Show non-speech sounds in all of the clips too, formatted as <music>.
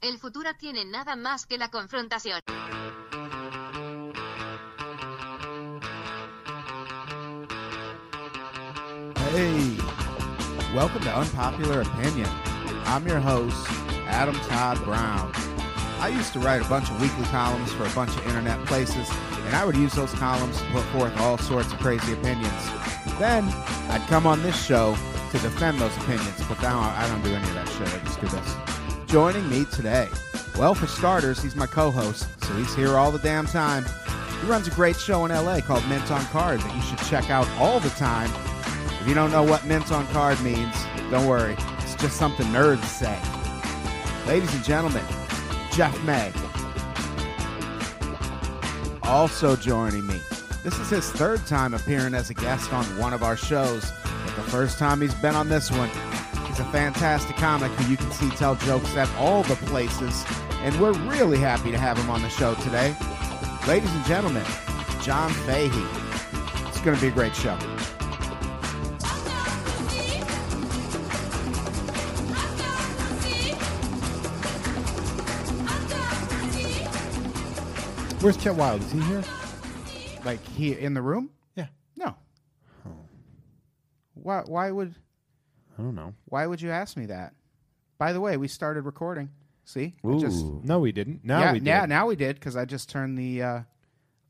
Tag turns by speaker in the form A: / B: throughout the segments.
A: El futuro tiene nada más que la confrontación.
B: Hey, welcome to Unpopular Opinion. I'm your host, Adam Todd Brown. I used to write a bunch of weekly columns for a bunch of internet places, and I would use those columns to put forth all sorts of crazy opinions. Then I'd come on this show to defend those opinions, but now I don't do any of that shit. I just do this. Joining me today, well, for starters, he's my co host, so he's here all the damn time. He runs a great show in LA called Mint on Card that you should check out all the time if you don't know what mint on card means, don't worry. It's just something nerds say. Ladies and gentlemen, Jeff May. Also joining me. This is his third time appearing as a guest on one of our shows, but the first time he's been on this one. He's a fantastic comic who you can see tell jokes at all the places, and we're really happy to have him on the show today. Ladies and gentlemen, John Fahey. It's going to be a great show.
C: Where's Chet Wild? Is he here?
B: Like he in the room?
C: Yeah.
B: No. Why? Why would?
C: I don't know.
B: Why would you ask me that? By the way, we started recording. See, I just,
C: No, we didn't. Now
B: yeah,
C: we did.
B: yeah, now we did because I just turned the uh,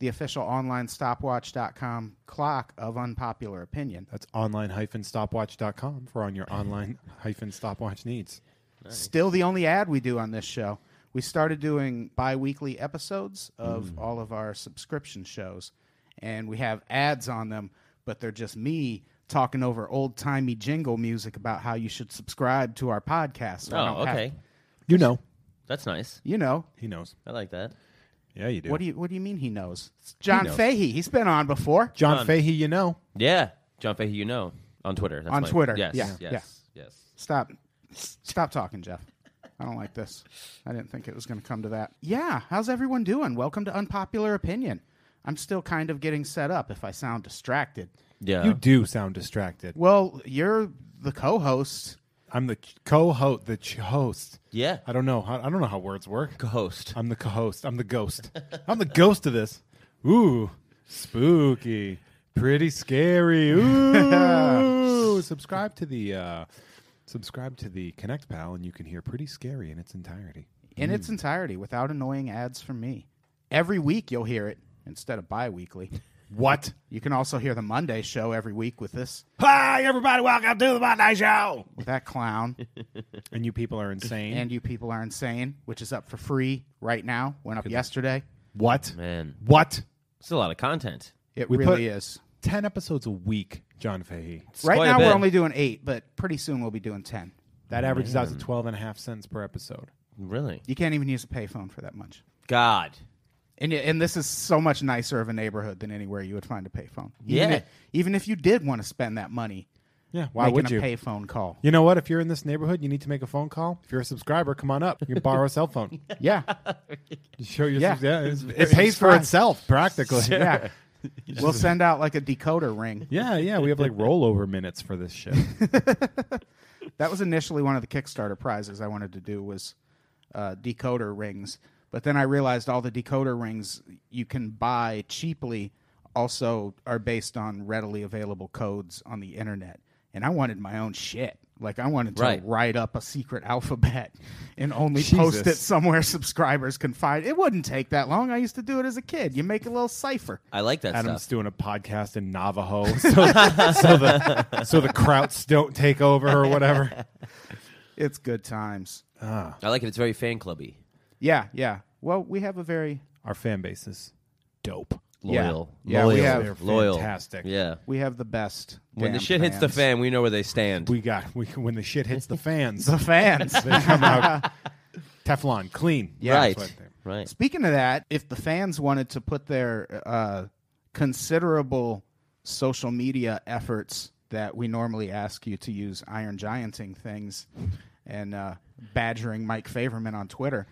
B: the official online stopwatch.com clock of unpopular opinion.
C: That's online-stopwatch.com for on your online <laughs> hyphen stopwatch needs.
B: Still the only ad we do on this show. We started doing bi weekly episodes of all of our subscription shows, and we have ads on them, but they're just me talking over old timey jingle music about how you should subscribe to our podcast. So I
D: Oh,
B: don't have-
D: okay.
C: You know.
D: That's nice.
B: you know.
C: He knows.
D: I like that.
C: Yeah, you do.
B: What do you what do you mean he knows? It's John
C: knows.
B: Fahey. He's been on before.
C: John
D: John.
C: Fahey, you know.
D: Yeah. John Fahey, you know, on Twitter. That's
B: On
D: my-
B: Twitter,
D: Yes.
B: yeah,
D: Yes. Yes.
B: Stop. Stop talking, Jeff. I don't like this. I didn't think it was going to come to that. Yeah, how's everyone doing? Welcome to Unpopular Opinion. I'm still kind of getting set up if I sound distracted.
D: Yeah.
C: You do sound distracted.
B: Well, you're the co-host.
C: I'm the ch- co-host, the ch- host.
D: yeah.
C: I don't know. How, I don't know how words work.
D: Host.
C: I'm the co-host. I'm the ghost. I'm the ghost of this. Ooh, spooky. Pretty scary. Ooh. <laughs> subscribe to the uh, subscribe to the Connect Pal and you can hear pretty scary in its entirety.
B: in
C: Hmm.
B: its entirety without annoying ads from me. Every week you'll hear it instead of bi weekly.
C: What?
B: You can also hear the Monday show every week with this,
C: Hi, everybody. Welcome to the Monday Show.
B: with that
C: <laughs>
B: clown.
C: And you people are insane.
B: and You People Are Insane, which is up for free right now. Went up yesterday.
C: what?
D: Man,
C: What?
D: it's a lot of content.
B: It
C: We
B: really
C: put-
B: is.
C: 10 episodes a week, John Fahey.
D: It's
B: Right
D: quite a
B: now we're
D: bit.
B: only doing eight, but pretty soon we'll be doing ten.
C: That averages out to 12 and a half cents per episode.
D: really
B: You can't even use a payphone for that much.
D: God.
B: And y- and this is so much nicer of a neighborhood than anywhere you would find a payphone. Even
D: Yeah.
B: if, even if you did want to spend that money
C: Yeah, why
B: making
C: would
B: a
C: you?
B: payphone
D: <laughs>
B: call.
C: You know what? If you're in this neighborhood, you need to make a phone call. If you're a subscriber, come on up. You can borrow a cell phone.
B: Yeah,
C: Just show your
B: Yeah.
C: subs- it's- it pays for
B: subscribe.
C: itself <laughs> practically.
B: yeah. we'll send out like a decoder ring.
C: Yeah, yeah, we have like rollover minutes for this <laughs> shit.
B: That was initially one of the Kickstarter prizes I wanted to do was uh, decoder rings, but then I realized all the decoder rings you can buy cheaply also are based on readily available codes on the internet, and I wanted my own shit. Like I wanted to
D: Right.
B: write up a secret alphabet and
D: <laughs>
B: only
C: Jesus.
B: post it somewhere subscribers can find. It wouldn't take that long. I used to do it as a kid. You make a little cipher.
D: I like that
C: Adam's
D: stuff.
C: doing a podcast in Navajo, <laughs> so, so the so the Krauts don't take over or whatever.
B: It's good times.
D: I like it. It's very fan clubby,
B: Yeah, yeah. Well, we have a very
C: Our fan base is dope.
B: Yeah.
D: loyal,
B: Yeah, we
D: loyal,
B: have-
C: They're
D: loyal.
C: fantastic.
D: Yeah.
B: we have the best.
D: When the
B: damn
D: shit hits the
B: fans.
D: fan, we know where they stand.
C: We got we, when the shit hits the fans, <laughs>
B: the fans.
C: they come <laughs> out Teflon clean.
B: Yeah.
D: right.
C: That's what
D: Right.
B: Speaking of that, if the fans wanted to put their uh, considerable social media efforts that we normally ask you to use iron gianting things and uh, badgering Mike Favorman on Twitter,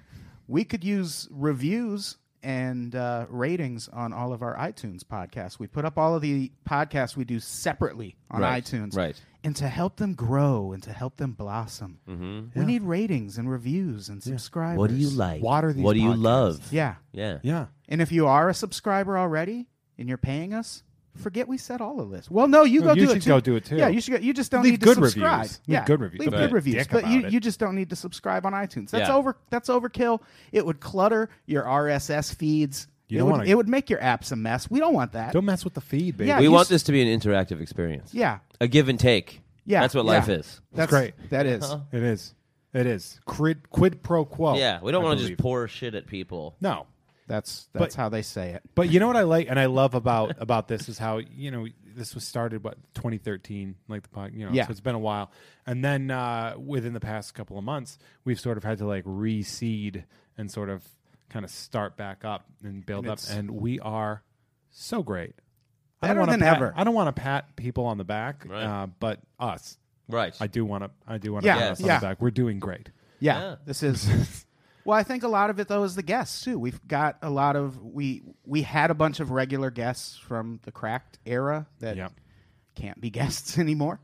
B: we could use reviews and uh, ratings on all of our iTunes podcasts. We put up all of the podcasts we do separately on
D: Right,
B: iTunes.
D: right.
B: And to help them grow and to help them blossom, we need ratings and reviews and subscribers.
D: Mm-hmm. What do you like?
C: Water these
D: What do you
C: podcasts.
D: love?
B: Yeah.
D: Yeah.
C: Yeah.
B: And if you are a subscriber already and you're paying us, forget we said all of this. Well, no, you
C: No,
B: go
C: you
B: do it
C: should
B: too.
C: go do it too.
B: Yeah, you should. Go, you just don't
C: Leave
B: need
C: good
B: to subscribe.
C: reviews. Leave
B: Yeah,
C: good reviews.
B: Leave
C: Don't
B: good
C: be a
B: reviews.
C: dick
B: But you,
C: about it.
B: you just don't need to subscribe on iTunes. That's
D: Yeah.
B: over. That's overkill. It would clutter your RSS feeds. it
C: You don't
B: would.
C: wanna-
B: It would make your apps a mess. We don't want that.
C: Don't mess with the feed, baby.
B: Yeah,
D: We
B: you
D: want
B: s-
D: this to be an interactive experience.
B: Yeah.
D: A give and take.
B: Yeah.
D: That's what
B: yeah.
D: life is. Uh-huh.
B: That's
C: great.
B: That is.
C: It is. It is. Quid, quid pro quo.
D: yeah. We don't
C: I
D: want to just
C: believe.
D: pour shit at people.
C: No.
B: That's that's how they say it.
C: But you know what I like and I love about <laughs> about this is how you know this was started what 2013 like the pod you know
B: Yeah.
C: so it's been a while and then uh, within the past couple of months we've sort of had to like reseed and sort of kind of start back up and build up
B: it's-
C: and we are so great I
B: Better
C: don't wanna
B: than
C: pat,
B: ever.
C: I don't want to pat people on the back
D: Right.
C: uh, but us
D: Right.
C: I do want to I do want to
B: Yeah,
C: pat us on
B: yeah.
C: the back we're doing great
B: Yeah,
D: Yeah.
B: this
D: <laughs>
B: is. well, I think a lot of it though is the guests too. We've got a lot of we we had a bunch of regular guests from the Cracked era that
C: Yep.
B: can't be <laughs> guests anymore,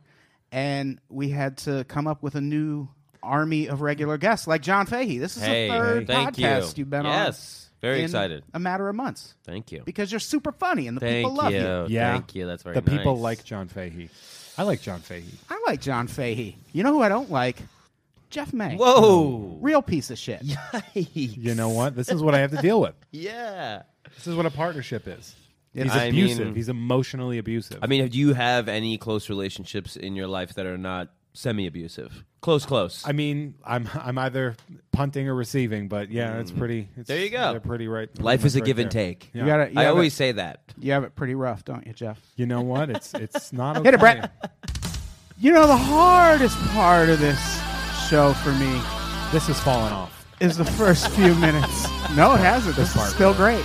B: and we had to come up with a new army of regular guests like John Fahey. This is
D: hey,
B: the third
D: thank
B: podcast
D: you.
B: have been on.
D: Yes. Very
B: in
D: excited.
B: A matter of months
D: Thank you.
B: because you're super funny and the
D: Thank
B: people love
D: you.
B: you.
C: Yeah.
D: Oh, Thank you. That's very
C: the people
D: nice.
C: like John Fahey I like John Fahey
B: I like John Fahey. You know who I don't like? Jeff May.
D: <laughs> Whoa.
B: Real piece of shit.
C: you know what this is what I have to deal with.
D: Yeah.
C: This is what a partnership
D: <laughs>
C: is. He's
D: I
C: abusive.
D: mean-
C: He's emotionally abusive.
D: I mean, do you have any close relationships in your life that are not semi-abusive? Close, close.
C: I mean, I'm I'm either punting or receiving, but yeah, it's pretty. It's,
D: Mm. There you go.
C: They're pretty right.
D: life is a
C: right
D: give and
C: there.
D: take.
C: Yeah.
B: You gotta. You
D: I
B: have
D: always
B: it,
D: say that.
B: you have it pretty rough, don't you, Jeff?
C: You know
B: <laughs>
C: what? It's it's not okay.
B: Hit it, Brett. You know, the hardest part of this show for me
C: This has fallen off.
B: is the first
C: <laughs>
B: few minutes. No, it hasn't. This is
C: part.
B: still great.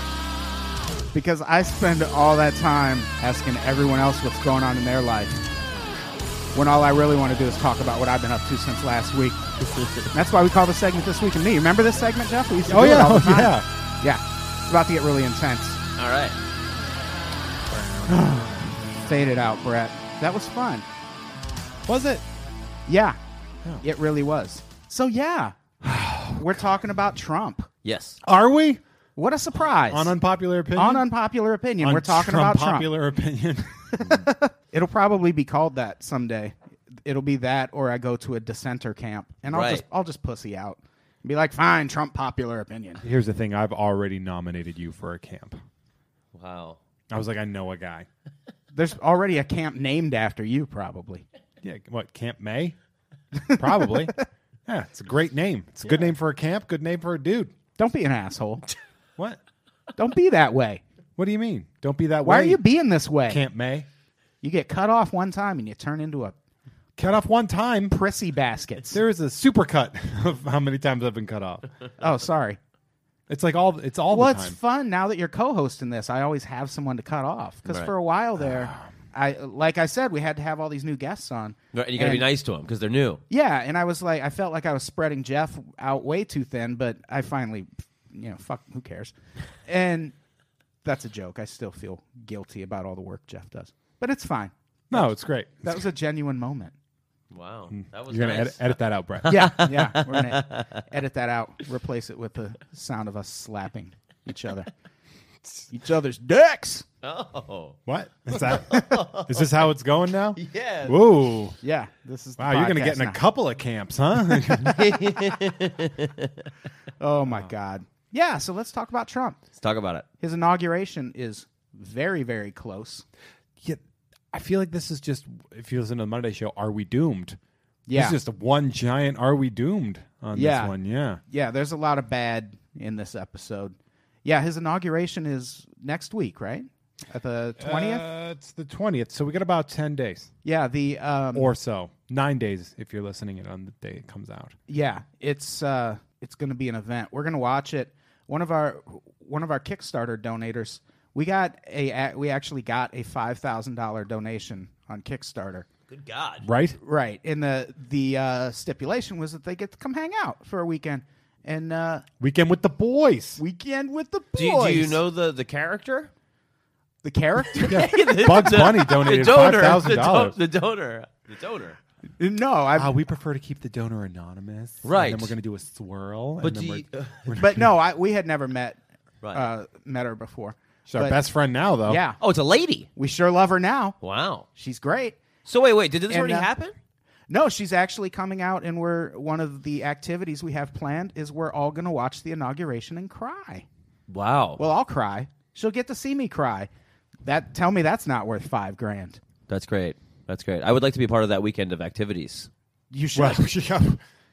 B: Because I spend all that time asking everyone else what's going on in their life when all I really want to do is talk about what I've been up to since last
C: <laughs>
B: week. That's why we call the segment This Week in Me. Remember this segment, Jeff? We used to
C: Oh,
B: do it
C: yeah.
B: all the
C: Oh,
B: time.
C: yeah.
B: Yeah. It's about to get really intense.
D: All right.
B: Faded out, Brett. That was fun.
C: Was it?
B: Yeah,
C: Oh.
B: it really was. So
C: <sighs>
B: yeah, we're talking about Trump.
D: Yes.
C: Are we
B: What a surprise!
C: on unpopular opinion?
B: On unpopular opinion,
C: On
B: we're talking about Trump.
C: popular opinion. <laughs>
B: It'll probably be called that someday. It'll be that, or I go to a dissenter camp, and I'll
D: Right.
B: just I'll just pussy out, and be like, fine, Trump popular opinion.
C: Here's the thing. I've already nominated you for a camp.
D: Wow.
C: I was like, I know a guy.
B: There's already a camp named after you, probably.
C: Yeah. What Camp May?
B: <laughs>
C: Probably. yeah. It's a great name. It's a good name for a camp. Good name for a dude.
B: Don't be an asshole.
C: What?
B: Don't be that way.
C: What do you mean? Don't be that
B: Why
C: way.
B: are you being this way?
C: Camp May?
B: You get cut off one time, and you turn into a
C: Cut off one time.
B: prissy baskets.
C: There is a supercut <laughs> of how many times I've been cut off.
B: Oh, sorry.
C: It's like all it's all
B: Well,
C: the
B: it's
C: time.
B: fun now that you're co-hosting this. I always have someone to cut off because
D: Right.
B: for a while there,
C: Ah.
B: I like I said we had to have all these new guests on.
D: Right, And you got to be
B: And-
D: nice to them because they're new.
B: Yeah, and I was like, I felt like I was spreading Jeff out way too thin, but I finally, you know, fuck, who
C: <laughs>
B: cares? And that's a joke. I still feel guilty about all the work Jeff does, but it's fine.
C: No, it's great.
B: That was a genuine moment.
D: Wow. That was
C: Mm. You're gonna
D: nice.
C: edit, edit that
B: <laughs>
C: out, Brett.
B: Yeah, yeah. We're
C: <laughs>
B: gonna edit that out. Replace it with the sound of us slapping each
C: <laughs>
B: other, each other's dicks.
D: Oh.
C: What is that?
B: <laughs>
C: is this how it's going now?
D: Yeah. <laughs>
C: Whoa!
B: Yeah, this is the
C: Wow, you're gonna
B: podcast
C: get in a
B: now.
C: couple of
B: <laughs>
C: camps, huh?
B: Oh my God. Yeah, so let's talk about Trump.
D: Let's talk about it.
B: His inauguration is very, very close.
C: yeah, I feel like this is just if you listen to the Monday show, are we doomed?
B: Yeah.
C: it's just one giant. Are we doomed on
B: Yeah.
C: this one? Yeah,
B: Yeah, there's a lot of bad in this episode. Yeah, his inauguration is next week, right? At the 20th?
C: Uh, it's the twentieth, so we got about ten days
B: yeah, the um
C: or so. Nine days if you're listening it on the day it comes out.
B: yeah, it's uh it's going to be an event. We're going to watch it. One of our one of our Kickstarter donators, we got a a- we actually got a $5,000 donation on Kickstarter.
D: Good God.
C: Right?
B: Right, and the the uh, stipulation was that they get to come hang out for a weekend, and uh,
C: Weekend with
B: <laughs>
C: the boys.
B: Weekend with the Boys.
D: Do you, do you know the, the character?
B: the
D: <laughs>
B: character?
C: Yeah. Bugs Bunny donated five thousand
D: the, do-
C: dollars.
D: the donor. The donor.
B: <laughs> no, I.
D: Ah,
C: Uh, we prefer to keep the donor anonymous.
D: Right.
C: And then we're going to do a swirl. and
D: But
C: then
D: do
C: we're-
D: you-
C: we're-
B: but
D: <laughs>
B: no, I, we had never met
D: Right.
B: uh, met her before.
C: <laughs> she's our
B: But-
C: best friend now, though.
B: Yeah,
D: oh, it's a lady.
B: we sure love her now.
D: Wow.
B: She's great.
D: So wait, wait. Did this
B: And,
D: already
B: uh,
D: happen?
B: No, she's actually coming out, and we're one of the activities we have planned is we're all going to watch the inauguration and cry.
D: Wow.
B: Well, I'll cry. She'll get to see me cry. That tell me that's not worth five grand.
D: That's great. That's great. I would like to be part of that weekend of activities.
B: You should.
C: Well, <laughs> yeah.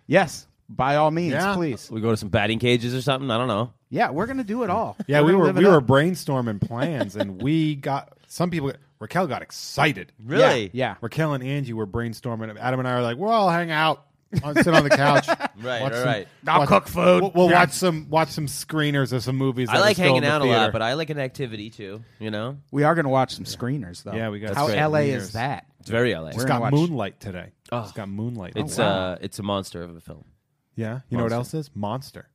B: Yes, by all means,
C: Yeah.
B: please.
D: We go to some batting cages or something. I don't know.
B: Yeah, we're going to do it all.
C: Yeah, we
B: gonna
C: were
B: live it
C: we were
B: up.
D: <laughs>
C: brainstorming plans, and we got some people. Raquel got excited.
D: Really?
B: Yeah.
C: Raquel and Angie were brainstorming. Adam and I were like, "We'll all hang out, I'll sit on the couch,
D: <laughs> Right,
C: watch
D: right,
C: some-
D: right.
B: I'll
C: watch-
B: cook food.
C: We'll, we'll
B: Yeah.
C: watch some watch some screeners of some movies.
D: I like hanging out a lot, but I like an activity too. You know,
B: We are going to watch some screeners though.
C: Yeah, we got
B: how
C: some
B: LA
C: screeners.
B: is that?
D: it's very LA.
B: We're
C: it's
B: gonna
C: got
B: watch-
C: Moonlight today. It's got Moonlight.
D: Oh.
C: Oh,
D: It's
B: wow.
D: uh, it's a monster of a film.
C: yeah. You know what else
D: Monster.
C: is Monster.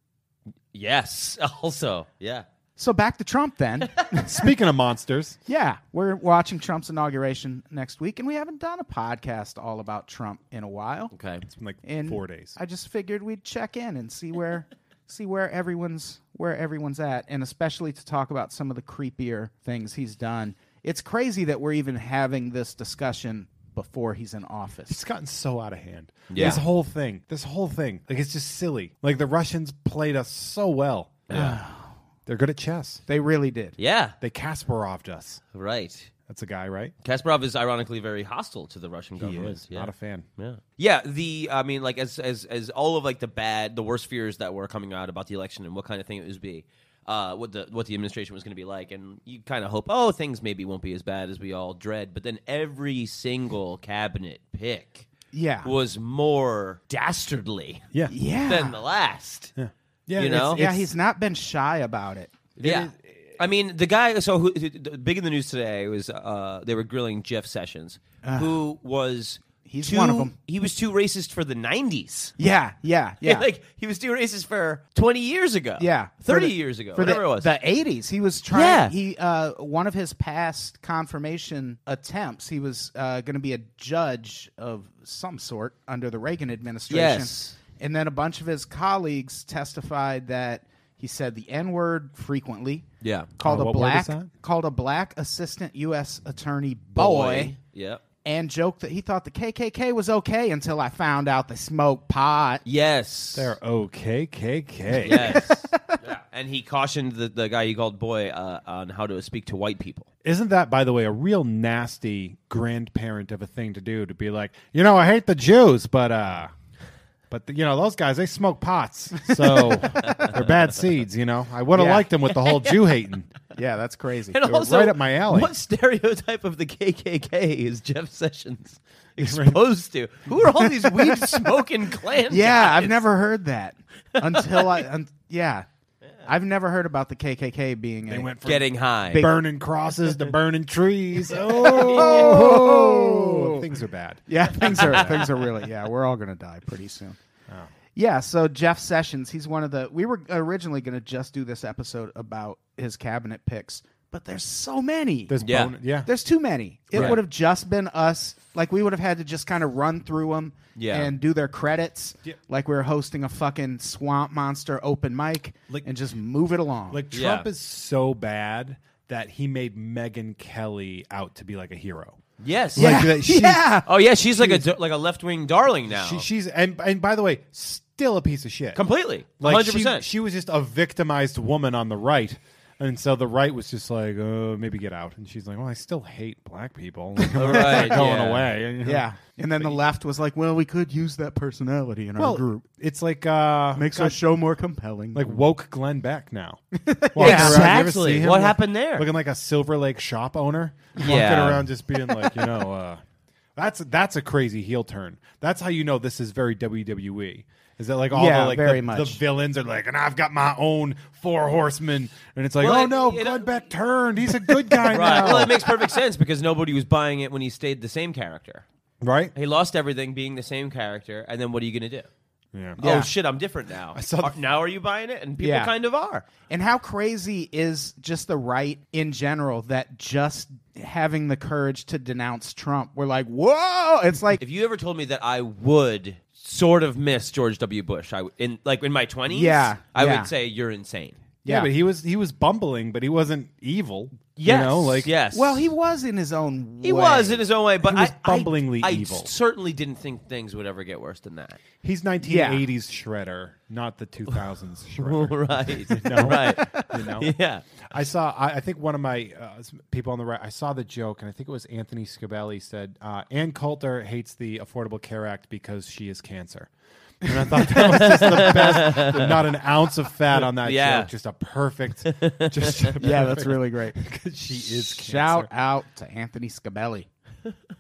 D: Yes. <laughs> Also, yeah.
B: So back to Trump then.
C: Speaking of monsters,
B: yeah, we're watching Trump's inauguration next week, and we haven't done a podcast all about Trump in a while.
D: Okay.
C: it's been like
B: And
C: four days.
B: I just figured we'd check in and see where see where everyone's where everyone's at, and especially to talk about some of the creepier things he's done. It's crazy that we're even having this discussion before he's in
C: it's
B: office.
C: gotten so out of hand.
D: Yeah.
C: This whole thing, this whole thing, like it's just silly. Like the Russians played us so well.
D: Yeah.
C: <sighs> They're good at chess.
B: They really did.
D: Yeah.
C: They Kasparov'd us.
D: Right.
C: That's a guy, right?
D: Kasparov is ironically very hostile to the Russian government. Yeah.
C: Not a fan.
D: Yeah. Yeah, the I mean like as as as all of like the bad the worst fears that were coming out about the election and what kind of thing it was be uh what the what the administration was going to be like and you kind of hope oh things maybe won't be as bad as we all dread but then every single cabinet pick
B: Yeah.
D: was more dastardly
C: Yeah.
B: yeah.
D: than the last.
C: Yeah.
D: You
C: it's-
D: know?
B: yeah,
C: it's-
B: he's not been shy about it.
D: Yeah. I mean, the guy. So, who, who- the- big in the news today was uh, they were grilling Jeff Sessions, who was
B: Ah. He's
D: too-
B: one of 'em.
D: He was too racist for the <laughs> '90s.
B: Yeah, yeah, yeah.
D: like he was too racist for 20 years ago.
B: Yeah, For
D: 30
B: the-
D: years ago.
B: For
D: whatever
B: the,
D: it was.
B: the '80s, he was trying.
D: Yeah.
B: He uh, one of his past confirmation attempts, he was uh, going to be a judge of some sort under the Reagan administration.
D: Yes.
B: And then a bunch of his colleagues testified that he said the N word frequently.
D: Yeah.
B: Called
C: Uh,
B: a
C: what word
B: black
C: is that?
B: called a black assistant U.S. attorney boy
D: Yeah.
B: and joked that he thought the KKK was okay until I found out they smoked
C: <laughs>
B: pot.
D: Yes.
C: They're OKKK.
B: <laughs>
D: Yes. yeah. And he cautioned the, the guy he called boy uh, on how to speak to white people.
C: Isn't that, by the way, a real nasty grandparent of a thing to do? To be like, you know, I hate the Jews, but uh, but you know, those guys they smoke pots, <laughs> so they're bad seeds. You know, I would have
B: Yeah.
C: liked them with the <laughs> whole Jew hating.
B: Yeah, that's crazy.
D: <laughs> And
C: They were
D: also,
C: right up my alley. <laughs>
D: What stereotype of the KKK is Jeff Sessions exposed to? Who are all these weed smoking Klan?
B: Yeah, I've
D: guys?
B: never heard that until I.
C: <laughs>
B: Un- yeah. I've never heard about the KKK being.
C: They
B: a,
C: went from
D: getting high.
B: Big-
C: burning crosses to burning <laughs> trees. Oh, things are bad.
B: <laughs> Yeah, things are
C: <laughs>
B: things are really. Yeah, we're all gonna die pretty soon.
C: Oh.
B: Yeah, so Jeff Sessions, he's one of the. We were originally gonna just do this episode about his cabinet picks, but there's so many.
C: There's
D: Yeah.
C: bone- yeah.
B: There's too many. It
D: Right.
B: would have just been us. Like we would have had to just kind of run through them
D: Yeah.
B: and do their credits,
C: Yeah.
B: like we were hosting a fucking swamp monster open mic,
C: Like-
B: and just move it along.
C: Like
D: Yeah.
C: Trump is so bad that he made Megan Kelly out to be like a hero.
D: yes.
C: Like
B: yeah, <laughs>
C: that she's-
B: yeah.
D: Oh yeah, she's like a dar- like a left wing darling now.
C: She, she's and and by the way, still a piece of shit.
D: Completely,
C: Like
D: hundred
C: she,
D: percent.
C: she was just a victimized woman on the right. And so the right was just like, uh, maybe get out. And she's like, well, I still hate black people. <laughs> Like, I'm not
D: Right,
C: going
D: yeah.
C: away. <laughs>
B: Yeah. And then the left was like, well, we could use that personality in
C: Well,
B: our group.
C: it's like uh,
B: Makes
C: God,
B: our show more compelling.
C: like woke Glenn
B: <laughs>
C: Beck now.
D: Exactly. What happened there?
C: Looking like a Silver Lake shop owner.
D: Yeah.
C: Walking around just being like, you know, uh, that's that's a crazy heel turn. That's how you know this is very WWE. Is that like all
B: Yeah,
C: the like
B: very
C: the,
B: much.
C: the villains are like, and I've got my own four horsemen, and it's like,
D: Well,
C: oh
D: it-
C: no,
D: it- uh,
C: Glenn Beck turned. He's a good
D: <laughs>
C: guy
D: Right.
C: now,
D: Well, it makes perfect sense because nobody was buying it when he stayed the same character.
C: right?
D: He lost everything being the same character, and then what are you going to do?
C: Yeah.
E: Yeah.
D: Oh shit, I'm different now. I
E: saw the-
D: now are you buying it? And people
B: Yeah.
D: kind of are.
B: And how crazy is just the right in general that just having the courage to denounce Trump? We're like, whoa! It's like,
D: If you ever told me that I would sort of miss George W. Bush, I would in like in my twenties,
B: Yeah,
D: I
B: yeah.
D: would say you're insane.
C: Yeah,
B: yeah.
C: but he was he was bumbling, but he wasn't evil.
D: Yes,
C: you know, like
D: yes.
B: well, he was in his own.
D: He
B: way.
D: was in his own way, but
C: He was
D: I- I-
C: bumblingly
D: I,
C: evil.
D: certainly didn't think things would ever get worse than that.
C: he's 1980s shredder, not the 2000s
B: <laughs>
C: shredder.
D: right,
C: No.
D: right,
C: <laughs> You know,
D: yeah.
C: I saw. I, I think one of my uh, s- people on the right. I saw the joke, and I think it was Anthony Scabelli said, uh, "Ann Coulter hates the Affordable Care Act because she is cancer." And I thought that was just the best. Not an ounce of fat on that
D: Yeah.
C: joke. Just a perfect. Just a
B: <laughs> Yeah, that's really great.
C: <laughs> perfect- she is cancer.
B: Shout out to Anthony Scabelli.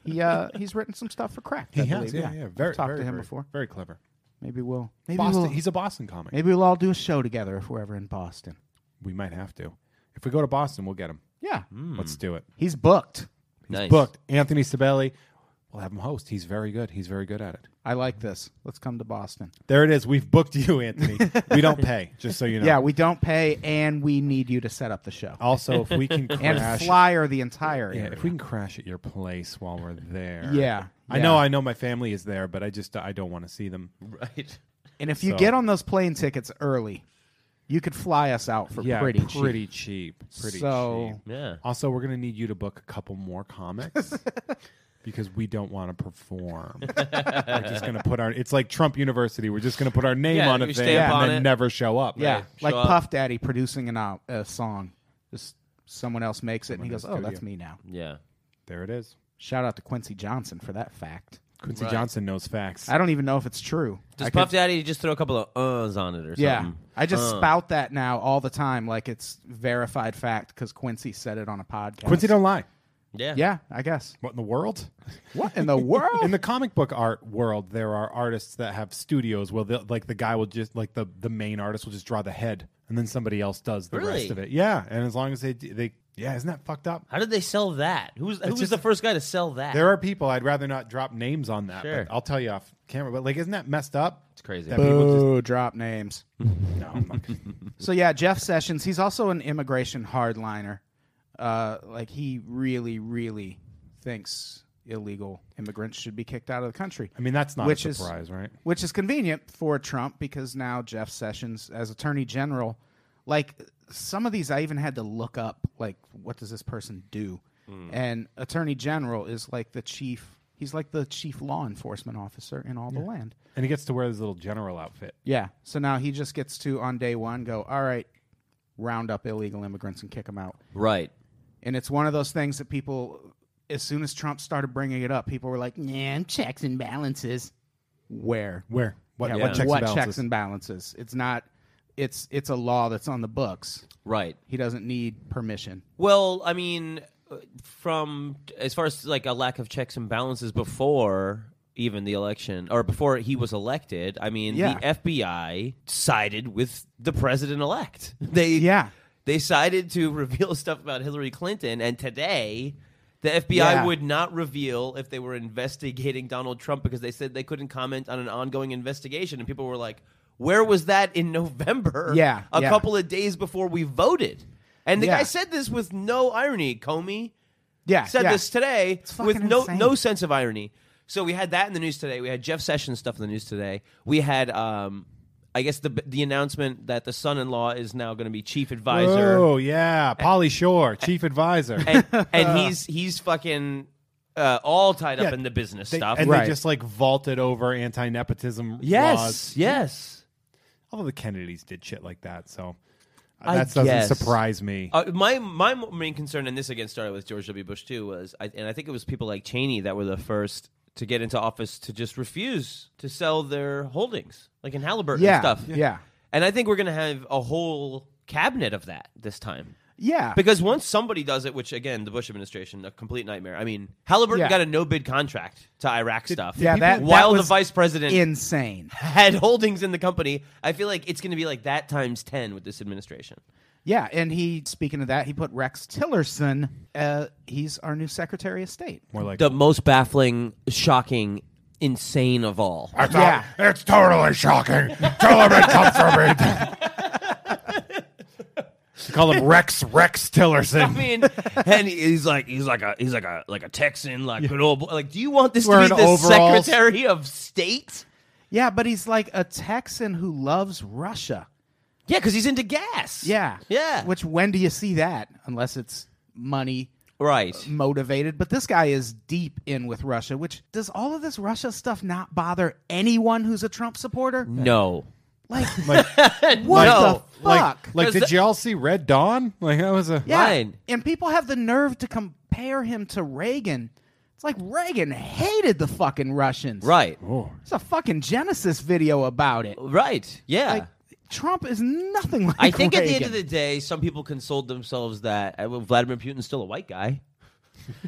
B: He uh, <laughs> he's written some stuff for Cracked. I
C: He has,
B: believe.
C: yeah, yeah. Very,
B: I've talked
C: very,
B: to him
C: very-
B: before.
C: Very clever.
B: Maybe we'll. Maybe
C: Boston.
B: we'll.
C: He's a Boston comic.
B: maybe we'll all do a show together if we're ever in Boston.
C: We might have to. If we go to Boston, we'll get him.
B: Yeah,
C: Let's do it.
B: he's booked.
D: nice.
C: Booked. Anthony Sabelli. We'll have him host. He's very good. He's very good at it.
B: I like this. Let's come to Boston.
C: There it is. We've booked you, Anthony. we <laughs> don't pay, just so you know.
B: Yeah, we don't pay, and we need you to set up the show
C: also, if we <laughs> can
B: and
C: crash,
B: flyer the entire
C: Oh, yeah,
B: area.
C: if we can crash at your place while we're there.
B: Yeah,
C: I
B: yeah.
C: know. I know my family is there, but I just I don't want to see them.
D: <laughs> right.
B: And if you
C: So-
B: get on those plane tickets early, you could fly us out for
C: yeah,
B: pretty, cheap.
C: pretty cheap. Pretty
B: So-
C: cheap.
D: Yeah.
C: Also, we're gonna need you to book a couple more <laughs> comics because we don't want to <laughs> perform. we're just gonna put our. It's like Trump University. We're just gonna put our name
D: Yeah,
C: on a
D: you
C: thing and
D: stamp on
C: then
D: it.
C: never show up.
B: Yeah,
D: Right.
B: like
D: Show up.
B: Puff Daddy producing an, op- a song. Just someone else makes it, and he goes,
C: else
B: "Oh,
C: do
B: that's
C: you."
B: me now."
D: Yeah.
C: There it is.
B: Shout out to Quincy Johnson for that fact.
C: Quincy
D: Right.
C: Johnson knows facts.
B: I don't even know if it's true.
D: Does
B: I
D: Puff
B: could-
D: Daddy just throw a couple of uhs on it or
B: yeah,
D: something?
B: I just
D: Uh.
B: spout that now all the time, like it's verified fact because Quincy said it on a podcast.
C: Quincy don't lie.
D: Yeah.
B: Yeah, I guess.
C: What in the <laughs> world?
B: What in the world?
C: In the comic book art world, there are artists that have studios where, they'll- like, the guy will just like the the main artist will just draw the head, and then somebody else does the rest
D: Really?
C: of it. Yeah, and as long as they d- they yeah, isn't that fucked up?
D: How did they sell that? Who was, who was
C: just-
D: the first guy to sell that?
C: There are people I'd rather not drop names on that.
D: Sure.
C: But I'll tell you off camera. But like, isn't that messed up?
D: it's crazy.
C: That people
B: Boo, Oh, drop
C: <laughs>
B: names.
C: just no. I'm not gonna-
B: So yeah, Jeff Sessions. He's also an immigration hardliner. Uh, like he really, really thinks illegal immigrants should be kicked out of the country.
C: I mean, that's not
B: Which
C: a
B: is-
C: surprise, right?
B: which is convenient for Trump because now Jeff Sessions, as Attorney General, like some of these, I even had to look up. Like, what does this person do? And Attorney General is like the chief. He's like the chief law enforcement officer in all the land.
C: And he gets to wear this little general outfit.
B: Yeah. So now he just gets to on day one go, all right, round up illegal immigrants and kick them out.
D: right.
B: And it's one of those things that people, as soon as Trump started bringing it up, people were like, "Nah, checks and balances." Where?
C: Where? What?
B: Yeah,
C: What checks
B: what
C: and balances?
B: checks and balances? It's not. It's it's a law that's on the books.
D: Right.
B: He doesn't need permission.
D: Well, I mean, uh, from as far as like a lack of checks and balances before even the election or before he was elected, I mean,
B: Yeah.
D: the FBI sided with the president elect. <laughs> They
B: Yeah.
D: they sided to <laughs> reveal stuff about Hillary Clinton and today the FBI
B: Yeah.
D: would not reveal if they were investigating Donald Trump because they said they couldn't comment on an ongoing investigation and people were like, "Where was that in <laughs> November?"
B: Yeah,
D: A
B: yeah.
D: couple of days before we voted. And the
B: Yeah.
D: guy said this with no irony. Comey
B: Yeah.
D: said
B: yeah.
D: this today
B: fucking
D: with no
B: insane.
D: no sense of irony. So we had that in the news today. We had Jeff Sessions stuff in the news today. We had, um, I guess, the the announcement that the son-in-law is now going to be chief advisor,
C: Oh yeah, Polly Shore, chief advisor.
D: and, and he's he's fucking uh, all tied
C: Yeah,
D: up in the business
C: They-
D: stuff.
C: And
B: Right.
C: they just like vaulted over anti nepotism
D: yes,
C: laws.
D: yes.
C: Although the Kennedys did shit like that, so uh,
D: I
C: that doesn't
D: guess.
C: surprise me.
D: Uh, my my main concern, and this again started with George W. Bush too, was I, and I think it was people like Cheney that were the first to get into office to just refuse to sell their holdings, like in Halliburton
B: Yeah.
D: and stuff.
B: Yeah.
D: and I think we're gonna have a whole cabinet of that this time.
B: Yeah.
D: Because once somebody does it, which again, the Bush administration, a complete nightmare. I mean, Halliburton
B: Yeah.
D: got a no bid contract to Iraq stuff.
B: yeah, that- that
D: while the
B: was
D: vice president
B: Insane.
D: had <laughs> holdings in the company. I feel like it's going to be like that times 10 with this administration.
B: Yeah. And he, speaking of that, he put Rex Tillerson. Uh, he's our new Secretary of State.
C: More like
D: The most baffling, shocking, insane of all.
B: Yeah.
E: It's totally shocking. Tell him it comes
D: <laughs>
E: from me.
C: Call him Rex Rex
D: I
C: Tillerson.
D: mean, <laughs> and he's like, he's like a, he's like a, like a Texan, like good old boy. Like, do you want this
C: Wearing
D: to be the
C: overalls.
D: Secretary of State?
B: Yeah, but he's like a Texan who loves Russia.
D: Yeah, because he's into gas.
B: Yeah.
D: yeah.
B: Which when do you see that? Unless it's money
D: right?
B: motivated. But this guy is deep in with Russia, which does all of this Russia stuff not bother anyone who's a Trump supporter?
D: No.
B: Like
C: Like,
D: <laughs>
B: what
D: No.
B: the fuck?
C: like, like, did
D: Because the-
C: y'all see Red Dawn? Like, that was a.
B: yeah.
D: Ryan.
B: And people have the nerve to compare him to Reagan. It's like Reagan hated the fucking Russians.
D: Right.
C: Oh.
B: There's a fucking Genesis video about it.
D: Right. Yeah.
B: Like Trump is nothing like
D: I think at the end
B: Reagan.
D: of the day, some people consoled themselves that uh, well, Vladimir Putin's still a white guy. <laughs>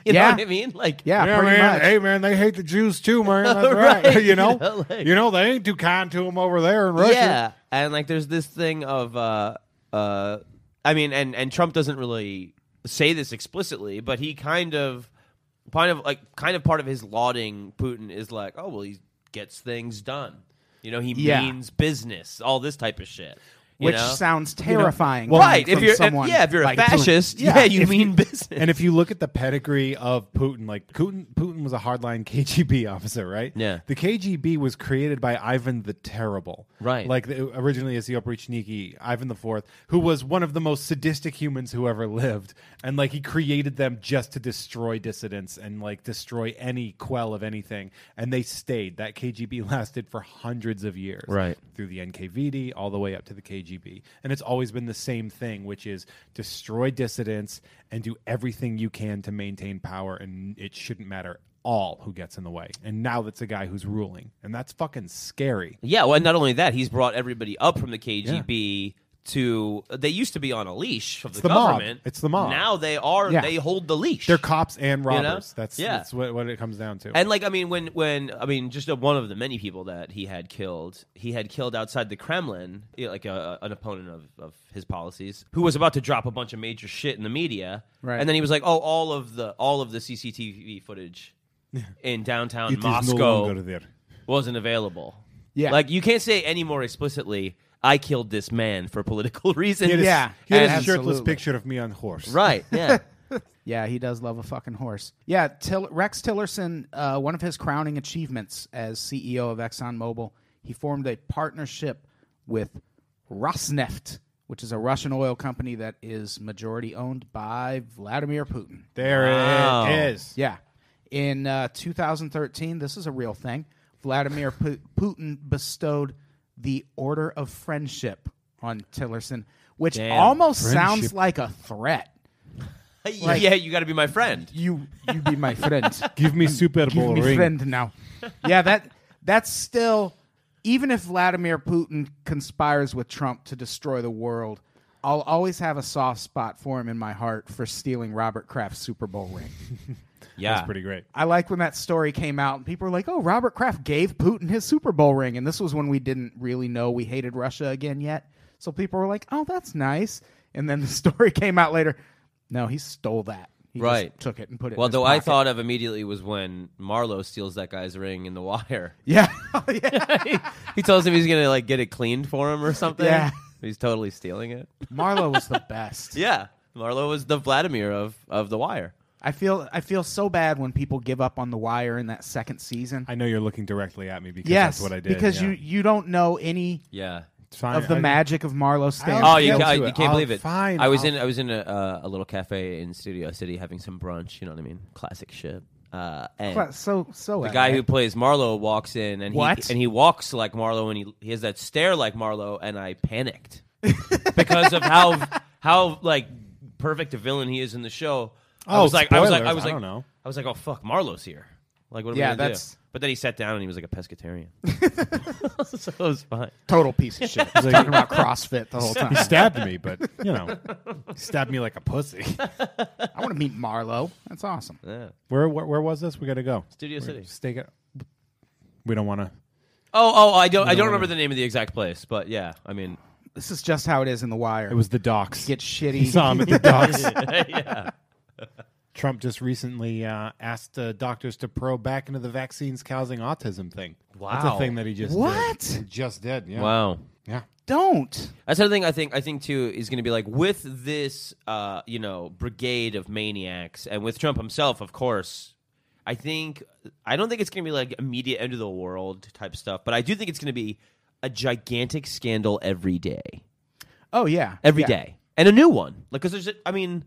D: You
B: Yeah.
D: know what I mean? Like,
B: Yeah,
C: Yeah,
B: pretty
C: man.
B: much.
C: Hey, man, they hate the Jews too,
D: <laughs>
C: man. That's right.
D: Right,
C: <laughs> You
D: you
C: know, you know,
D: know, <laughs> like-
C: they ain't too kind to them over there in Russia.
D: yeah. And like, there's this thing of, uh, uh, I mean, and and Trump doesn't really say this explicitly, but he kind of, kind of like, kind of part of his lauding Putin is like, oh well, he gets things done. You know, he
B: Yeah.
D: means business. All this type of shit. you
B: which
D: know?
B: sounds terrifying.
C: well,
B: coming
D: right. If
B: from
D: you're, if-
B: someone
D: yeah, if you're a
B: like Putin.
D: fascist, yeah,
B: Yeah,
D: you
B: if
D: mean business.
C: And if you look at the pedigree of Putin, like Putin, Putin was a hardline <laughs> KGB officer, right?
D: Yeah.
C: The KGB was created by Ivan the Terrible,
D: Right.
C: Like the, originally as the Oprichniki, Ivan the Fourth, who was one of the most sadistic humans who ever lived, and like he created them just to destroy dissidents and like destroy any quell of anything, and they stayed. That KGB <laughs> lasted for hundreds of years,
D: Right.
C: through the NKVD all the way up to the KGB. And it's always been the same thing, which is destroy dissidents and do everything you can to maintain power. And it shouldn't matter at all who gets in the way. And now that's a guy who's ruling. And that's fucking scary.
D: Yeah, well, and not only that, he's brought everybody up from the KGB to. They used to be on a leash of
C: the mob.
D: government.
C: It's the mob.
D: Now they are.
B: Yeah.
D: They hold the leash.
C: They're cops and
D: know?
C: robbers. That's,
D: Yeah.
C: that's what, what it comes down to.
D: and like I mean, when when I mean, just one of the many people that he had killed, he had killed outside the Kremlin, you know, like a, an opponent of, of his policies, who was about to drop a bunch of major shit in the media,
B: Right.
D: And then he was like, "Oh, all of the all of the
C: <laughs>
D: CCTV footage in downtown
C: It is no
D: Moscow
C: longer there.
D: wasn't available.
B: Yeah.
D: Like you can't say any more explicitly, I killed this man for political <laughs> reasons.
B: is- Yeah.
C: Here's
D: And-
C: a shirtless
B: Absolutely.
C: picture of me on horse.
D: <laughs> Right. Yeah.
B: Yeah, he does love a fucking horse. Yeah, Till- Rex Tillerson, uh, one of his crowning achievements as CEO of ExxonMobil, he formed a partnership with Rosneft, which is a Russian oil company that is majority owned by Vladimir Putin.
C: There
D: Wow.
C: it is.
B: Yeah. In uh, 2013, this is a real thing. Vladimir Pu- Putin bestowed the Order of Friendship on Tillerson, which
D: Damn,
B: almost sounds
C: friendship.
B: like a threat.
D: <laughs> yeah. You got to be my friend.
B: You, you be my friend. <laughs>
C: Give me Super Bowl
B: Give me
C: ring.
B: friend now. yeah, that that's still even if Vladimir Putin conspires with Trump to destroy the world, I'll always have a soft spot for him in my heart for stealing Robert Kraft's Super Bowl ring.
D: Yeah.
C: That's pretty great.
B: I like when that story came out and people were like, "Oh, Robert Kraft gave Putin his Super Bowl ring." And this was when we didn't really know we hated Russia again yet. So people were like, "Oh, that's nice." And then the <laughs> story came out later, "No, he stole that." He just
D: Right.
B: took it and put it. in
D: Well,
B: his
D: though I
B: pocket.
D: thought of immediately was when Marlowe steals that guy's ring in the wire. <laughs>
B: yeah, <laughs> Oh, yeah.
D: he tells him he's gonna like get it cleaned for him or something.
B: Yeah.
D: <laughs> He's totally stealing it.
B: Marlo was the best.
D: Yeah. Marlowe was the Vladimir of of the wire.
B: I feel I feel so bad when people give up on The Wire in that second season.
C: I know you're looking directly at me because
B: yes,
C: that's what I did.
B: because
C: yeah.
B: you you don't know any
D: Yeah.
C: It's fine.
B: of the
C: I-
B: magic of Marlo
C: I'll
D: Oh,
B: Stanton.
D: you,
C: get
D: I,
C: to
D: you
C: it.
D: can't
C: I'll-
D: believe it.
C: fine,
D: I was
C: I'll-
D: in I was in a, uh, a little cafe in Studio City having some brunch. You know what I mean? Classic shit. Uh, and
B: Cla- so so
D: The guy who plays Marlowe walks in and
B: What?
D: he and he walks like Marlowe and he, he has that stare like Marlowe and
C: <laughs>
D: I panicked because of how how like perfect a villain he is in the show. I
C: Oh,
D: was like I was like
C: spoilers.
D: I was
C: I
D: like
C: don't know.
D: I was like oh fuck Marlowe's here. Like what are
B: Yeah,
D: we gonna
B: that's-
D: do? But then he sat down and he was like
C: <laughs>
D: a pescatarian. <laughs> so it was fine.
B: total piece of
C: <laughs>
B: shit. He's talking about CrossFit the whole time.
C: He stabbed me, but you
D: <laughs>
C: know, stabbed me like a pussy.
B: I want to meet Marlo. That's awesome.
D: Yeah.
C: Where where, where was this? We got to go.
D: Studio City.
C: Stake it. We don't want to.
D: Oh oh I don't I don't remember the name of the exact place, but yeah, I mean
B: This is just how it is in The Wire.
C: It was the docks.
B: get shitty.
C: He saw him at the docks.
D: yeah.
C: Trump just recently uh, asked uh, doctors to probe back into the vaccines causing autism thing. That's a
D: Wow.
C: thing that he just did.
B: What?
C: He just did. Yeah.
D: Wow.
C: Yeah.
B: Don't.
D: That's another thing I think I think too is going to be like with this uh, you know brigade of maniacs and with Trump himself, of course. I think I don't think it's going to be like immediate end of the world type stuff, but I do think it's going to be a gigantic scandal every day,
B: Oh yeah.
D: every
B: yeah.
D: day, and a new one. Like because there's, a, I mean,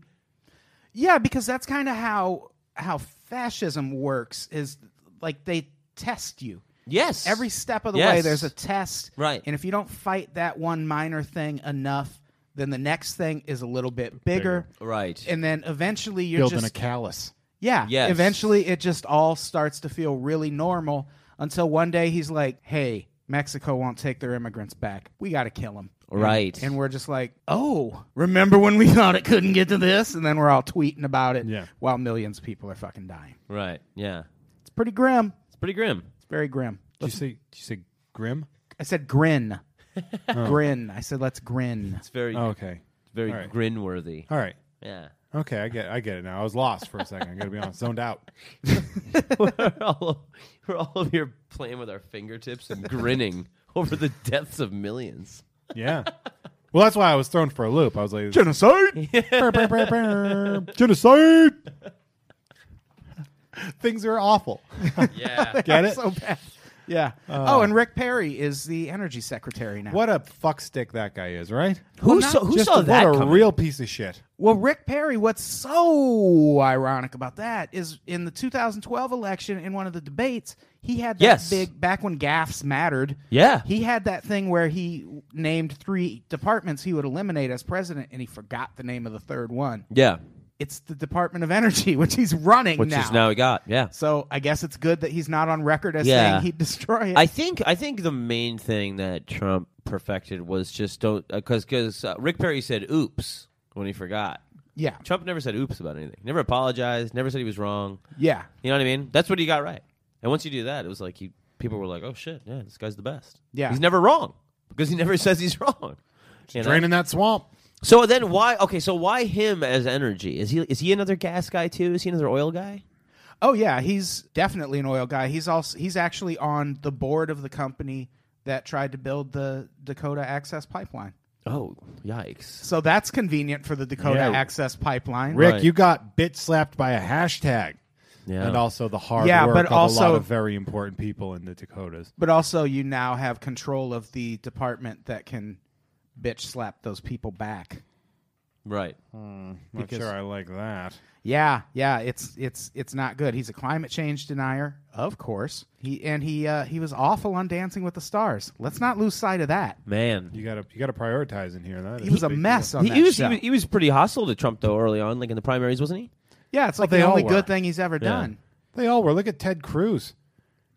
B: Yeah, because that's kind of how how fascism works is like they test you.
D: yes,
B: Every step of the way
D: Yes.
B: there's a test.
D: Right.
B: And if you don't fight that one minor thing enough, then the next thing is a little bit bigger.
D: right,
B: And then eventually you're
C: Building
B: just
C: a callus.
B: Yeah.
D: Yes.
B: Eventually it just all starts to feel really normal until one day he's like, "Hey, Mexico won't take their immigrants back. We got to kill them."
D: right,
B: And we're just like, oh, remember when we thought it couldn't get to this? And then we're all tweeting about it
C: Yeah.
B: while millions of people are fucking dying.
D: right, yeah,
B: It's pretty grim.
D: it's pretty grim.
B: It's very grim.
C: Did you say? Did you say grim?
B: I said
D: <laughs>
B: grin. Grin. I said, let's grin.
D: It's very,
C: Oh, okay.
D: very
C: all right.
D: grin worthy.
C: All right.
D: Yeah,
C: Okay, I get. I get it now. I was lost for a second. I got to be honest. Zoned out. <laughs>
D: <laughs> we're all we're all over here playing with our fingertips and grinning <laughs> over the deaths of millions.
C: Yeah. Well, that's why I was thrown for a loop. I was
B: <laughs>
C: like,
B: Genocide?
C: brr, brr, brr, brr. genocide. Things are awful.
B: <laughs>
D: Yeah.
C: Get it? Uh,
B: so bad. Yeah. oh, and Rick Perry is the energy secretary now.
C: What a fuckstick that guy is, right?
D: who
B: not
D: saw, who
C: Just
D: saw
C: a-
D: that
C: What a
D: coming?
C: real piece of shit.
B: Well, Rick Perry, what's so ironic about that is in the 2012 election, in one of the debates, he had that
D: Yes.
B: big, back when gaffes mattered.
D: Yeah.
B: He had that thing where he named three departments he would eliminate as president, and he forgot the name of the third one.
D: yeah.
B: It's the Department of Energy, <laughs> which he's running
D: Which
B: now.
D: is now we got. Yeah.
B: so I guess it's good that he's not on record as
D: Yeah.
B: saying he'd destroy it.
D: I think I think the main thing that Trump perfected was just don't because because uh, Rick Perry said oops when he forgot.
B: <laughs> yeah.
D: Trump never said oops about anything. Never apologized. Never said he was wrong.
B: Yeah.
D: You know what I mean? That's what he got right. And once you do that, it was like he people were like, oh shit, yeah, this guy's the best.
B: Yeah.
D: He's never wrong because he never <laughs> says he's wrong. You know?
C: Draining that swamp.
D: So then why? Okay, so why him as energy? Is he is he another gas guy too? Is he another oil guy?
B: Oh yeah, he's definitely an oil guy. He's also he's actually on the board of the company that tried to build the Dakota Access Pipeline.
D: Oh, yikes!
B: So that's convenient for the Dakota
C: Yeah.
B: Access Pipeline.
C: Rick,
D: Right.
C: you got bitch slapped by a hashtag.
D: Yeah.
C: And also the hard
B: Yeah,
C: work
B: but
C: of a lot
B: also-
C: of very important people in the Dakotas.
B: But also you now have control of the department that can bitch slap those people back.
D: Right.
C: Not sure I like that.
B: Yeah, yeah, it's it's it's not good. He's a climate change denier, of course. He and he uh, he was awful on Dancing with the Stars. Let's not lose sight of that.
D: Man.
C: You gotta you gotta prioritize in here. That
B: He
C: is
B: was a
C: big deal.
B: mess on
D: He,
B: that
D: he was, he
B: show.
D: was he was pretty hostile to Trump though early on, like in the primaries, wasn't he?
B: yeah, it's like
C: they
B: the
C: all
B: only
C: were.
B: good thing he's ever done.
C: They all were. Look at Ted Cruz.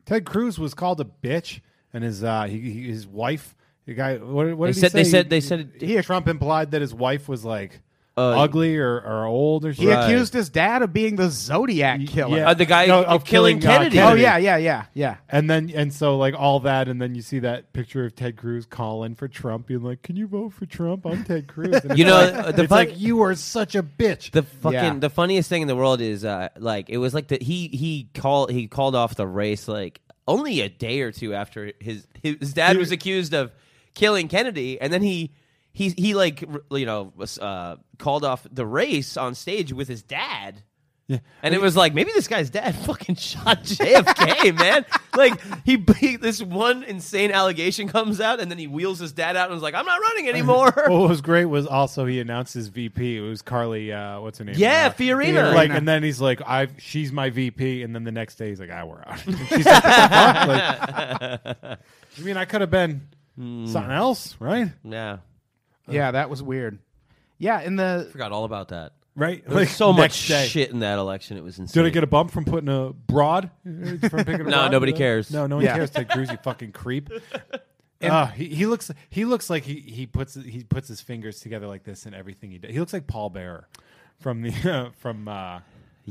C: Ted Cruz was called a bitch, and his uh, he, he- his wife, the guy. What, what
D: They
C: did
D: said-
C: he say?
D: they said- they said-
C: he, Trump implied that his wife was like
D: Uh,
C: ugly or, or old or
B: He
C: something.
D: Right.
B: accused his dad of being the Zodiac killer.
C: yeah.
D: Uh, the guy
C: No,
D: of,
C: of
D: killing,
C: killing, uh,
D: Kennedy.
B: Oh
C: Kennedy.
B: yeah, yeah, yeah, yeah.
C: And then and so like all that, and then you see that picture of Ted Cruz calling for Trump, being like, "Can you vote for Trump? I'm Ted Cruz." And
D: <laughs> You
C: it's
D: know,
C: like-
D: uh, the
C: it's
D: fun-
C: like you are such a bitch.
D: The fucking
B: Yeah.
D: the funniest thing in the world is uh like it was like that he he called he called off the race like only a day or two after his his dad was accused of killing Kennedy and then he he he like r- you know was, uh called off the race on stage with his dad. Yeah. And it was like maybe this guy's dad <laughs> fucking shot <laughs> JFK, man. Like he, he this one insane allegation comes out and then he wheels his dad out and was like, "I'm not running <laughs> anymore."
C: what was great was also he announced his VP. It was Carly. Uh, what's her name?
D: yeah,
C: Uh,
D: Fiorina.
C: Like, and then he's like, "I've she's my VP," and then the next day he's like, "I we're out." <laughs> she's like, what the fuck? Like,
D: <laughs>
C: you mean I could have been
D: Hmm.
C: something else, right?
D: yeah.
B: Yeah, that was weird. Yeah, in the
D: Forgot all about that.
C: Right?
D: There was so much
C: next day.
D: shit in that election. It was insane.
C: Did I get a bump from putting a broad? <laughs> From picking a
D: No,
C: broad?
D: nobody cares.
C: No, no one
B: Yeah.
C: cares. Ted Cruz, you fucking creep. Ah, he, he looks he looks like he, he puts he puts his fingers together like this in everything he does. He looks like Paul Bearer from the <laughs> from uh, I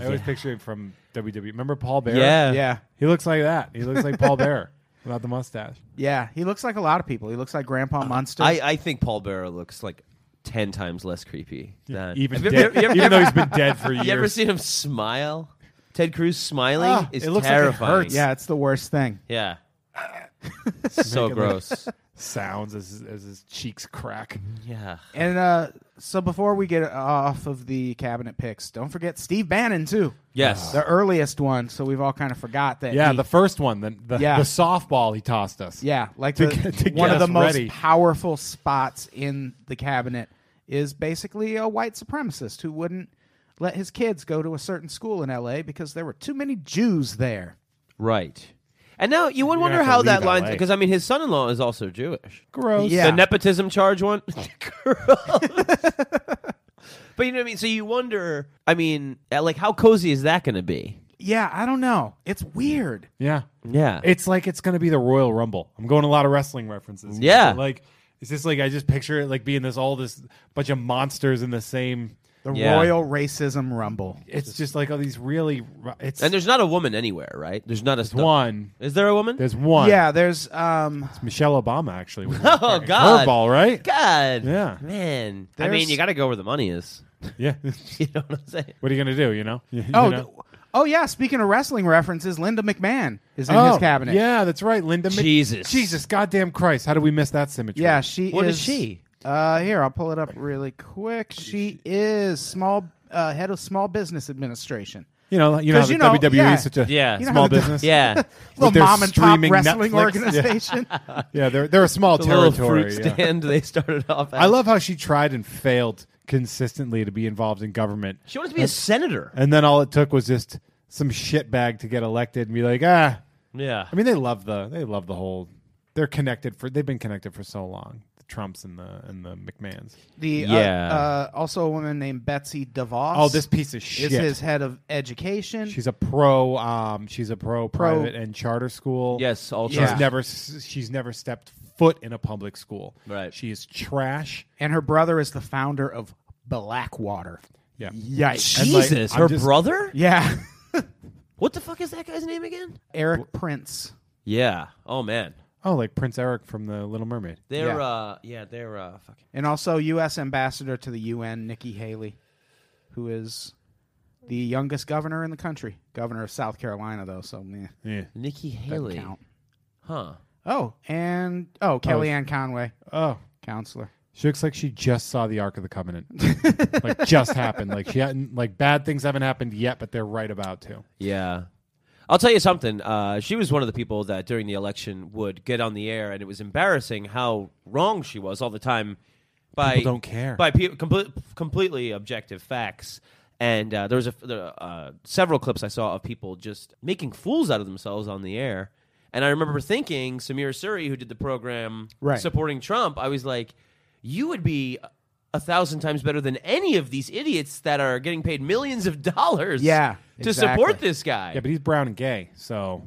C: always
D: Yeah.
C: picture him from WWE. Remember Paul Bearer?
D: Yeah.
B: yeah,
C: He looks like that. He looks like Paul Bearer <laughs> without the mustache.
B: yeah, he looks like a lot of people. He looks like Grandpa Munster.
D: I, I think Paul Bearer looks like ten times less creepy than
C: even
D: Uh, <laughs> Have you
C: dead,
D: ever- you ever-
C: even though he's been dead for years.
D: <laughs> You ever seen him smile? Ted Cruz smiling
B: Ah,
D: is
C: it looks like it
D: terrifying.
C: hurts.
B: Yeah, it's the worst thing.
C: <laughs>
D: yeah, so gross.
C: sounds as as his cheeks crack?
D: Yeah,
B: And uh, so before we get off of the cabinet picks, don't forget Steve Bannon too.
D: yes,
B: The earliest one, so we've all kind of forgot that.
C: Yeah,
B: he-
C: the first one, the the,
B: Yeah.
C: the softball he tossed us.
B: yeah, like
C: To
B: the,
C: get- to
B: one
C: get
B: of the
C: us
B: most
C: ready.
B: powerful spots in the cabinet is basically a white supremacist who wouldn't let his kids go to a certain school in L.A. because there were too many Jews there.
D: right. And now you would
C: You're gonna
D: wonder
C: have to
D: how that
C: leave
D: line
C: LA.
D: because I mean his son-in-law is also Jewish.
C: gross.
B: Yeah.
D: The nepotism charge one. <laughs> Gross. but you know what I mean. So you wonder. I mean, uh, like, how cozy is that going to be?
B: Yeah, I don't know. It's weird.
C: yeah.
D: Yeah.
C: It's like it's gonna be the Royal Rumble. I'm going a lot of wrestling references. here,
D: Yeah.
C: but, like it's just like I just picture it like being this all this bunch of monsters in the same.
B: The
D: Yeah.
B: Royal Racism Rumble.
C: It's just, like all these really. ru- It's
D: and there's not a woman anywhere, right? There's not a stu-
C: one.
D: Is there a woman?
C: There's one.
B: Yeah, there's um
C: Michelle Obama actually. Was
D: <laughs> Oh,
C: a
D: God.
C: Curveball, right?
D: God.
C: Yeah.
D: Man. I
B: There's-
D: mean, you got to go where the money is. <laughs>
C: Yeah. <laughs>
D: You know what I'm saying?
C: what are you gonna do? You know. You
B: Oh,
C: know?
B: th- oh yeah. Speaking of wrestling references, Linda McMahon is in
C: Oh,
B: his cabinet.
C: Yeah, that's right, Linda. Mc-
D: Jesus.
C: Jesus, goddamn Christ! How did we miss that symmetry?
B: yeah. She
D: What is
B: is
D: she?
B: Uh, here I'll pull it up really quick. She is small uh, head of small business administration.
C: you know, you know, how
B: 'Cause
C: the
B: you know-
C: WWE
B: yeah.
C: is such a
D: Yeah. You know
C: small
B: how the-
C: business.
D: Yeah.
B: Little
C: their
B: mom and pop
C: streaming
B: wrestling
C: Netflix.
B: organization.
C: <laughs> yeah, they're they're a small
D: The little fruit
C: territory. yeah.
D: stand they started off at.
C: I love how she tried and failed consistently to be involved in government,
D: She wanted to be a senator.
C: and then all it took was just some shitbag to get elected and be like, ah.
D: Yeah.
C: I mean, they love the they love the whole. They're connected for they've been connected for so long. The Trumps and the and the McMahons.
B: The uh,
D: Yeah.
B: uh, also a woman named Betsy DeVos.
C: Oh, this piece of
B: is
C: shit.
B: his head of education.
C: She's a pro. Um, she's a pro,
B: Pro-
C: private and charter school.
D: Yes, all
C: she's
B: charter.
C: never s- she's never stepped foot in a public school.
D: Right.
C: she is trash.
B: and her brother is the founder of Blackwater.
C: Yeah,
B: Yikes.
C: And, like,
D: Jesus.
C: I'm
D: her
C: just-
D: brother?
B: Yeah. <laughs>
D: What the fuck is that guy's name again?
B: Eric Prince.
D: Yeah. Oh, man.
C: oh, like Prince Eric from the Little Mermaid.
D: They're,
B: Yeah.
D: uh, yeah, they're, uh, fucking.
B: and also U.S. Ambassador to the UN, Nikki Haley, who is the youngest governor in the country. Governor of South Carolina, though, so meh,
C: Yeah.
D: Nikki
B: doesn't
D: Haley.
B: count.
D: Huh.
B: Oh, and oh, Kellyanne Conway,
C: Oh,
B: counselor.
C: she looks like she just saw the Ark of the Covenant. like
B: <laughs>
C: just happened. Like she hadn't. Like bad things haven't happened yet, but they're right about to.
D: Yeah. I'll tell you something. Uh, she was one of the people that during the election would get on the air, and it was embarrassing how wrong she was all the time. By
C: People don't care.
D: by pe- complete, completely objective facts. And uh, there was a, there, uh, several clips I saw of people just making fools out of themselves on the air. And I remember thinking Samir Suri, who did the program
B: Right.
D: supporting Trump, I was like, you would be a thousand times better than any of these idiots that are getting paid millions of dollars
B: Yeah,
D: to
B: exactly.
D: support this guy.
C: Yeah, but he's brown and gay, so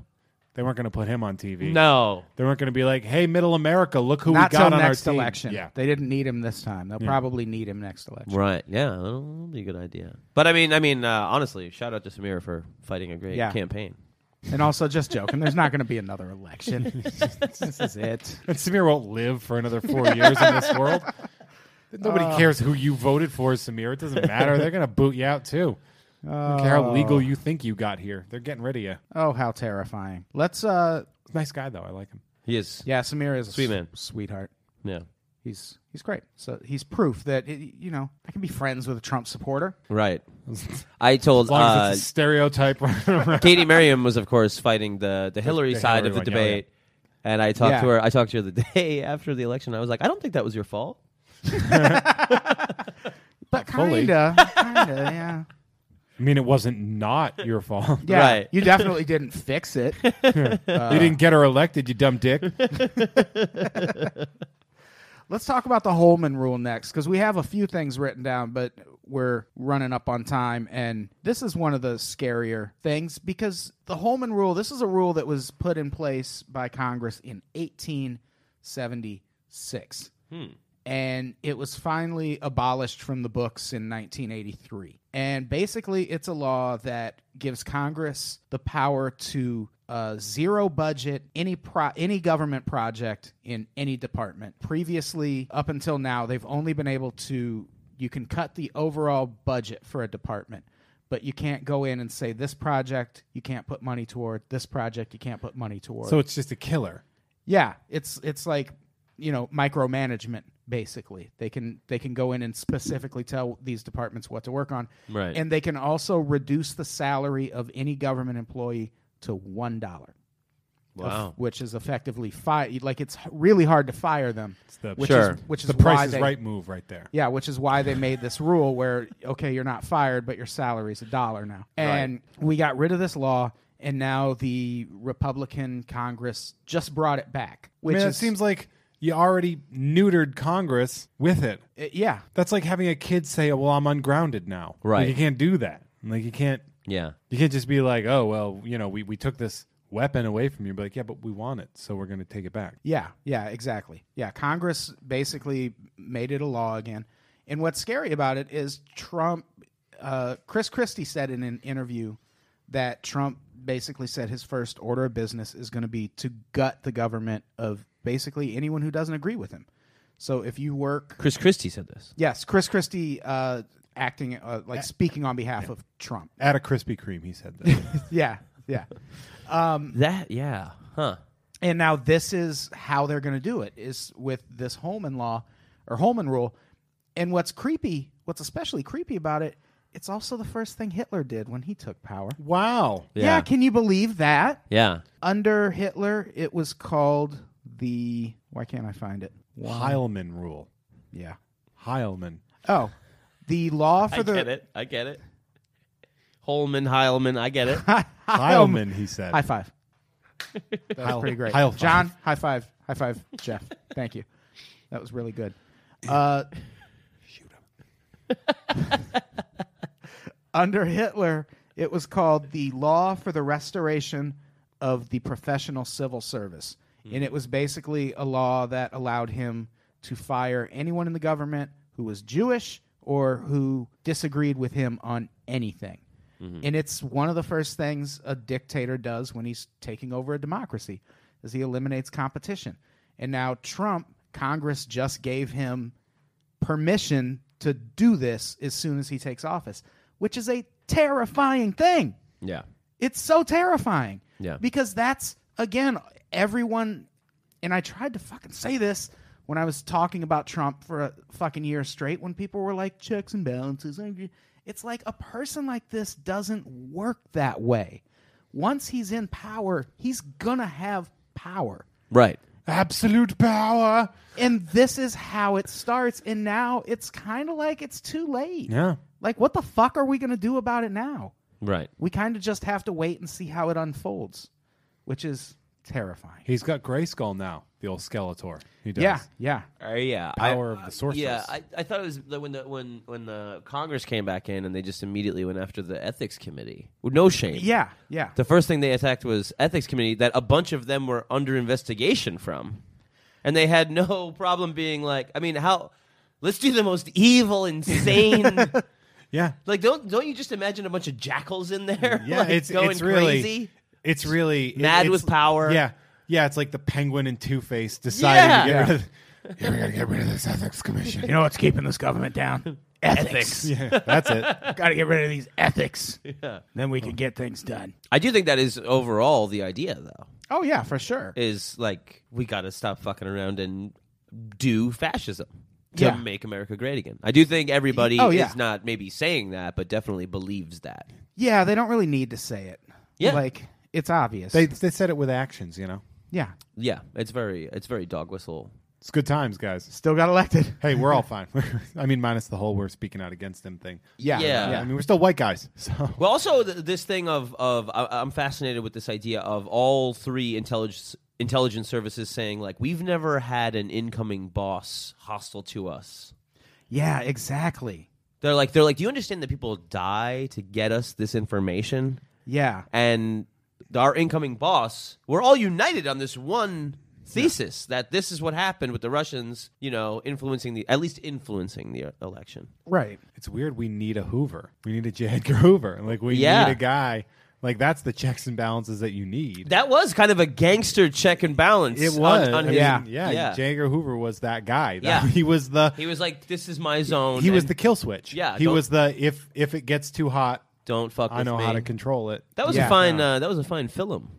C: they weren't going to put him on TV.
D: no.
C: They weren't going to be like, "Hey, Middle America, look who
B: Not
C: we got
B: till
C: on
B: next
C: our team."
B: election.
C: Yeah,
B: They didn't need him this time. They'll probably need him next election.
D: Right. Yeah, that'll be a good idea. But I mean, I mean, uh, honestly, shout out to Samira for fighting a great
B: Yeah.
D: campaign.
B: And also, just joking. There's not going to be another
C: <laughs>
B: election. this is it.
C: And Samir won't live for another four years in this
B: <laughs>
C: world. Nobody
B: Uh.
C: cares who you voted for, Samir. It doesn't matter. They're going to boot you out, too. I don't care how legal you think you got here. They're getting rid of you.
B: Oh, how terrifying. Let's. uh
C: Nice guy, though. I like him.
D: He is. Yeah.
B: Yeah, Samir is a
D: Sweet
B: s-
D: man.
B: sweetheart.
D: yeah.
B: He's he's great. So he's proof that it, you know I can be friends with a Trump supporter.
C: <laughs>
D: Right. I told
C: As long
D: uh,
C: as it's a stereotype <laughs> running around.
D: Katie Merriam was, of course, fighting the the Hillary
C: the
D: side
C: Hillary
D: of the
C: one, yeah,
D: debate. And I talked
B: Yeah.
D: to her. I talked to her the <laughs> day after the election. I was like, I don't think that was your fault.
B: But
C: fully.
B: kinda,
C: <laughs>
B: kinda, yeah,
C: I mean, it wasn't not your fault.
B: yeah.
D: Right.
B: You definitely didn't fix it.
C: <laughs>
B: Uh,
C: you didn't get her elected, you dumb <laughs> dick.
B: Let's talk about the Holman rule next, because we have a few things written down, but we're running up on time. And this is one of the scarier things because the Holman rule. This is a rule that was put in place by Congress in 1876. and it was finally abolished from the books in 1983. And basically, it's a law that gives Congress the power to uh, zero budget any pro- any government project in any department. Previously, up until now, they've only been able to you can cut the overall budget for a department, but you can't go in and say this project you can't put money toward, this project you can't put money toward.
C: So it's just a killer.
B: Yeah, it's it's like you know micromanagement basically. They can they can go in and specifically tell these departments what to work on,
D: Right.
B: And they can also reduce the salary of any government employee to one dollar.
D: Wow.
B: which is effectively fire. Like it's h- really hard to fire them. It's
C: the-
B: which
D: Sure.
B: is, which is
C: the price
B: why
C: is
B: they-
C: right move right there.
B: Yeah, which is why they made this rule where okay, you're not fired, but your salary's a dollar now. And we got rid of this law, and now the Republican Congress just brought it back,
C: I
B: which
C: mean, it
B: is-
C: seems like you already neutered Congress with it.
B: it- yeah,
C: That's like having a kid say, "Oh, "Well, I'm ungrounded now." Like,
D: Right.
C: you can't do that. Like you can't.
D: Yeah.
C: You can't just be like, "Oh, well, you know, we we took this weapon away from you." But like, yeah, but we want it, so we're going to take it back.
B: yeah, yeah, exactly. Yeah, Congress basically made it a law again. And what's scary about it is Trump. Uh, Chris Christie said in an interview that Trump basically said his first order of business is going to be to gut the government of basically anyone who doesn't agree with him. So if you work
D: Chris Christie said this.
B: Yes, Chris Christie uh, acting uh, like speaking on behalf of Trump.
C: At a Krispy Kreme, he said that.
B: <laughs> Yeah, yeah.
D: That yeah. Huh.
B: And now this is how they're going to do it is with this Holman law or Holman rule. And what's creepy, what's especially creepy about it, it's also the first thing Hitler did when he took power.
C: wow.
B: Yeah,
D: Yeah.
B: can you believe that?
D: Yeah.
B: Under Hitler, it was called the why can't I find it?
C: Heilman rule.
B: Yeah. <laughs>
C: Heilman.
B: Oh, the law for
D: I
B: the
D: get it. I get it. Holman, Heilman, I
C: <laughs>
D: get it.
C: Heilman, he said.
B: High five. That was
C: Heil-
B: pretty great.
C: Heil five.
B: John, high five. High five, Jeff. Thank you. That was really good. Uh, Shoot him. under Hitler, it was called the Law for the Restoration of the Professional Civil Service. And it was basically a law that allowed him to fire anyone in the government who was Jewish or who disagreed with him on anything. And it's one of the first things a dictator does when he's taking over a democracy is he eliminates competition. And now Trump, Congress just gave him permission to do this as soon as he takes office, which is a terrifying thing.
D: Yeah.
B: It's so terrifying.
D: Yeah.
B: Because that's again everyone and I tried to fucking say this when I was talking about Trump for a fucking year straight when people were like checks and balances. It's like a person like this doesn't work that way. Once he's in power, he's going to have power.
D: Right.
C: Absolute power.
B: And this is how it starts and now it's kind of like it's too late.
C: Yeah.
B: Like what the fuck are we going to do about it now?
D: Right.
B: we kind of just have to wait and see how it unfolds, which is terrifying.
C: He's got Grayskull now, the old Skeletor. He does.
B: Yeah, yeah,
D: Uh, yeah.
C: Power of the sorceress.
D: Yeah, I, I thought it was the- when the when when the Congress came back in and they just immediately went after the ethics committee. Well, No shame.
B: yeah, yeah.
D: The first thing they attacked was ethics committee that a bunch of them were under investigation from, and they had no <laughs> problem being like, I mean, how? Let's do the most
C: <laughs>
D: evil, insane. <laughs>
C: yeah.
D: like, don't don't you just imagine a bunch of jackals in there? <laughs>
C: Yeah,
D: like,
C: it's
D: going
C: it's really
D: crazy.
C: it's really it-
D: Mad
C: it's-
D: with power.
C: Yeah, yeah, it's like the Penguin and Two Face deciding to
D: Yeah.
C: get
D: <laughs>
C: rid of. <laughs> Yeah, we gotta get rid of this ethics
B: <laughs>
C: commission.
B: You know what's keeping this government
C: <laughs>
B: down? Ethics.
C: yeah,
B: <laughs>
C: that's it.
B: Got to get rid of these ethics. Yeah. Then we can get things done.
D: I do think that is overall the idea, though.
B: Oh yeah, for sure.
D: Is like we got to stop fucking around and do fascism to
B: Yeah.
D: make America great again. I do think everybody
B: Oh, yeah.
D: is not maybe saying that, but definitely believes that.
B: yeah, they don't really need to say it.
D: Yeah.
B: like it's obvious.
C: They they said it with actions. You know,
B: yeah,
D: Yeah, it's very it's very dog whistle.
C: it's good times, guys.
B: still got elected. <laughs>
C: Hey, we're all fine. <laughs> I mean, minus the whole we're speaking out against him thing.
B: Yeah,
D: Yeah.
C: I mean, we're still white guys. <laughs> So
D: Well, also th- this thing of of I, I'm fascinated with this idea of all three intelligence intelligence services saying like we've never had an incoming boss hostile to us.
B: yeah, exactly.
D: They're like they're like, do you understand that people die to get us this information?
B: Yeah,
D: And our incoming boss, we're all united on this one thesis that this is what happened with the Russians, you know, influencing the at least influencing the uh, election.
B: right.
C: it's weird. We need a Hoover. We need a J. Edgar Hoover. Like we
D: Yeah.
C: need a guy Like that's the checks and balances that you need.
D: That was kind of a gangster check and balance.
C: it
D: on-
C: was,
D: on
C: I
D: his-
C: mean,
B: yeah.
C: yeah,
D: Yeah.
C: Jagger Hoover was that guy. That- <laughs>
D: Yeah.
C: he was the
D: He was like, "This is my zone."
C: he was
D: and
C: the kill switch.
D: Yeah,
C: he
D: don't-
C: was the if if it gets too hot,
D: don't fuck.
C: I
D: with
C: know
D: me.
C: how to control it.
D: That was a
B: Yeah.
D: fine. Uh, that was a fine film.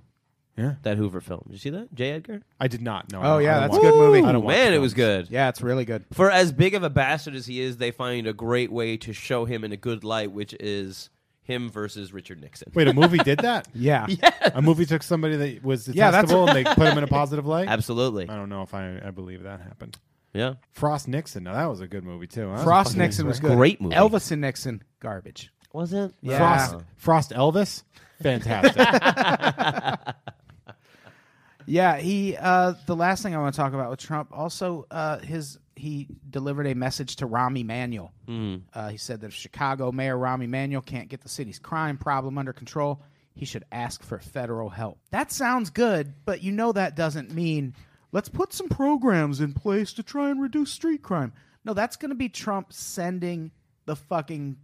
C: Yeah.
D: That Hoover film. Did you see that, J. Edgar?
C: I did not know.
B: Oh, yeah, that's a
C: watch-
B: good movie.
C: I don't watch
D: Man, it
C: films.
D: was good.
B: Yeah, it's really good.
D: For as big of a bastard as he is, they find a great way to show him in a good light, which is him versus Richard Nixon.
C: Wait, a movie did
D: <laughs>
C: that? <laughs>
B: Yeah.
C: A movie took somebody that
B: <laughs>
C: was
B: Yeah, that's-
C: detestable and they put him in a positive light.
D: Absolutely.
C: I don't know if I, I believe that happened.
D: Yeah.
C: Frost Nixon. Now that was a good movie too. That was a
B: Frost
C: fucking-
B: Nixon was good.
D: Great movie.
B: Elvis and Nixon, garbage.
D: Was it?
B: Yeah.
C: Frost Frost Elvis.
D: <laughs>
C: Fantastic.
B: Yeah, he. Uh, the last thing I want to talk about with Trump, also uh, his he delivered a message to Rahm Emanuel. Uh, he said that if Chicago Mayor Rahm Emanuel can't get the city's crime problem under control, he should ask for federal help. That sounds good, but you know that doesn't mean let's put some programs in place to try and reduce street crime. No, that's going to be Trump sending the fucking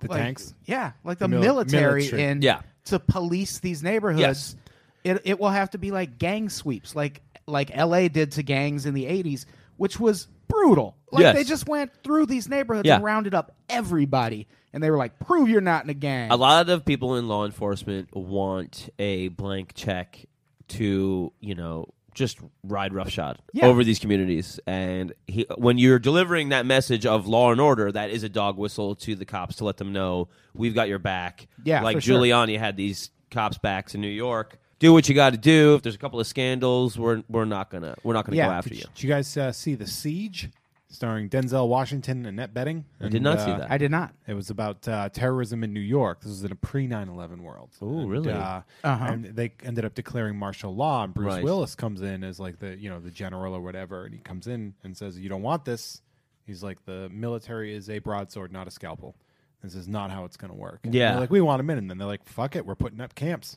B: the
C: tanks?
B: Yeah, like the
C: mil-
B: military,
C: military.
B: in
D: Yeah.
B: to police these neighborhoods
D: Yes.
B: it, it will have to be like gang sweeps like like la did to gangs in the 80s which was brutal like
D: Yes.
B: they just went through these neighborhoods
D: Yeah.
B: and rounded up everybody and they were like prove you're not in a gang
D: A lot of people in law enforcement want a blank check to, you know, just ride roughshod
B: Yeah.
D: over these communities. And he, when you're delivering that message of law and order, that is a dog whistle to the cops to let them know we've got your back.
B: Yeah,
D: like
B: for sure.
D: Giuliani had these cops backs in New York. Do what you got to do. If there's a couple of scandals, we're we're not gonna we're not gonna
B: Yeah.
D: go after
C: did,
D: you.
C: you, did you guys uh, see the Siege, starring Denzel Washington and uh, Annette Bedding? I
D: did not see that.
B: i did not
C: It was about uh, terrorism in New York. This was in a pre 9 11 world. Oh,
D: really?
C: Uh,
B: Uh-huh.
C: And they ended up declaring martial law, and Bruce
D: Right.
C: Willis comes in as like the you know the general or whatever, and he comes in and says, "You don't want this." He's like, "The military is a broadsword, not a scalpel. This is not how it's going to work." And
D: Yeah.
C: they're like we want them in, and then they're like, "Fuck it, we're putting up camps,"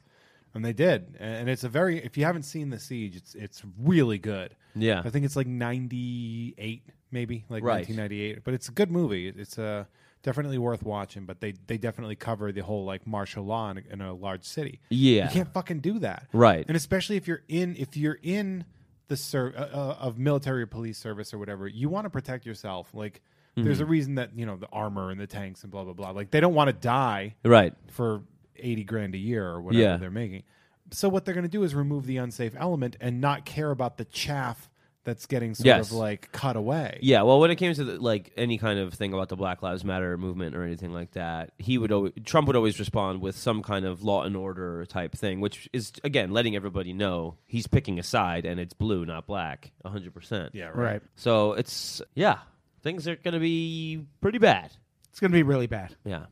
C: and they did. And and it's a very if you haven't seen the siege, it's it's really good.
D: Yeah.
C: I think it's like ninety eight, maybe like
D: Right.
C: 1998. But it's a good movie. It- It's uh, definitely worth watching. But they they definitely cover the whole like martial law in a, in a large city.
D: Yeah.
C: you can't fucking do that,
D: Right.
C: And especially if you're in if you're in the ser- uh, uh, of military or police service or whatever, you want to protect yourself. Like there's
D: Mm-hmm.
C: a reason that you know the armor and the tanks and blah blah blah. Like they don't want to die
D: Right.
C: for 80 grand a year or whatever
D: Yeah.
C: they're making. So what they're going to do is remove the unsafe element and not care about the chaff that's getting sort
D: Yes.
C: of like cut away.
D: Yeah, well, when it came to the, like any kind of thing about the Black Lives Matter movement or anything like that, he would always, Trump would always respond with some kind of law and order type thing, which is again letting everybody know he's picking a side and it's blue, not black, hundred percent.
C: Yeah, right.
B: right
D: So it's yeah, things are gonna be pretty bad.
B: it's gonna be really bad
D: Yeah.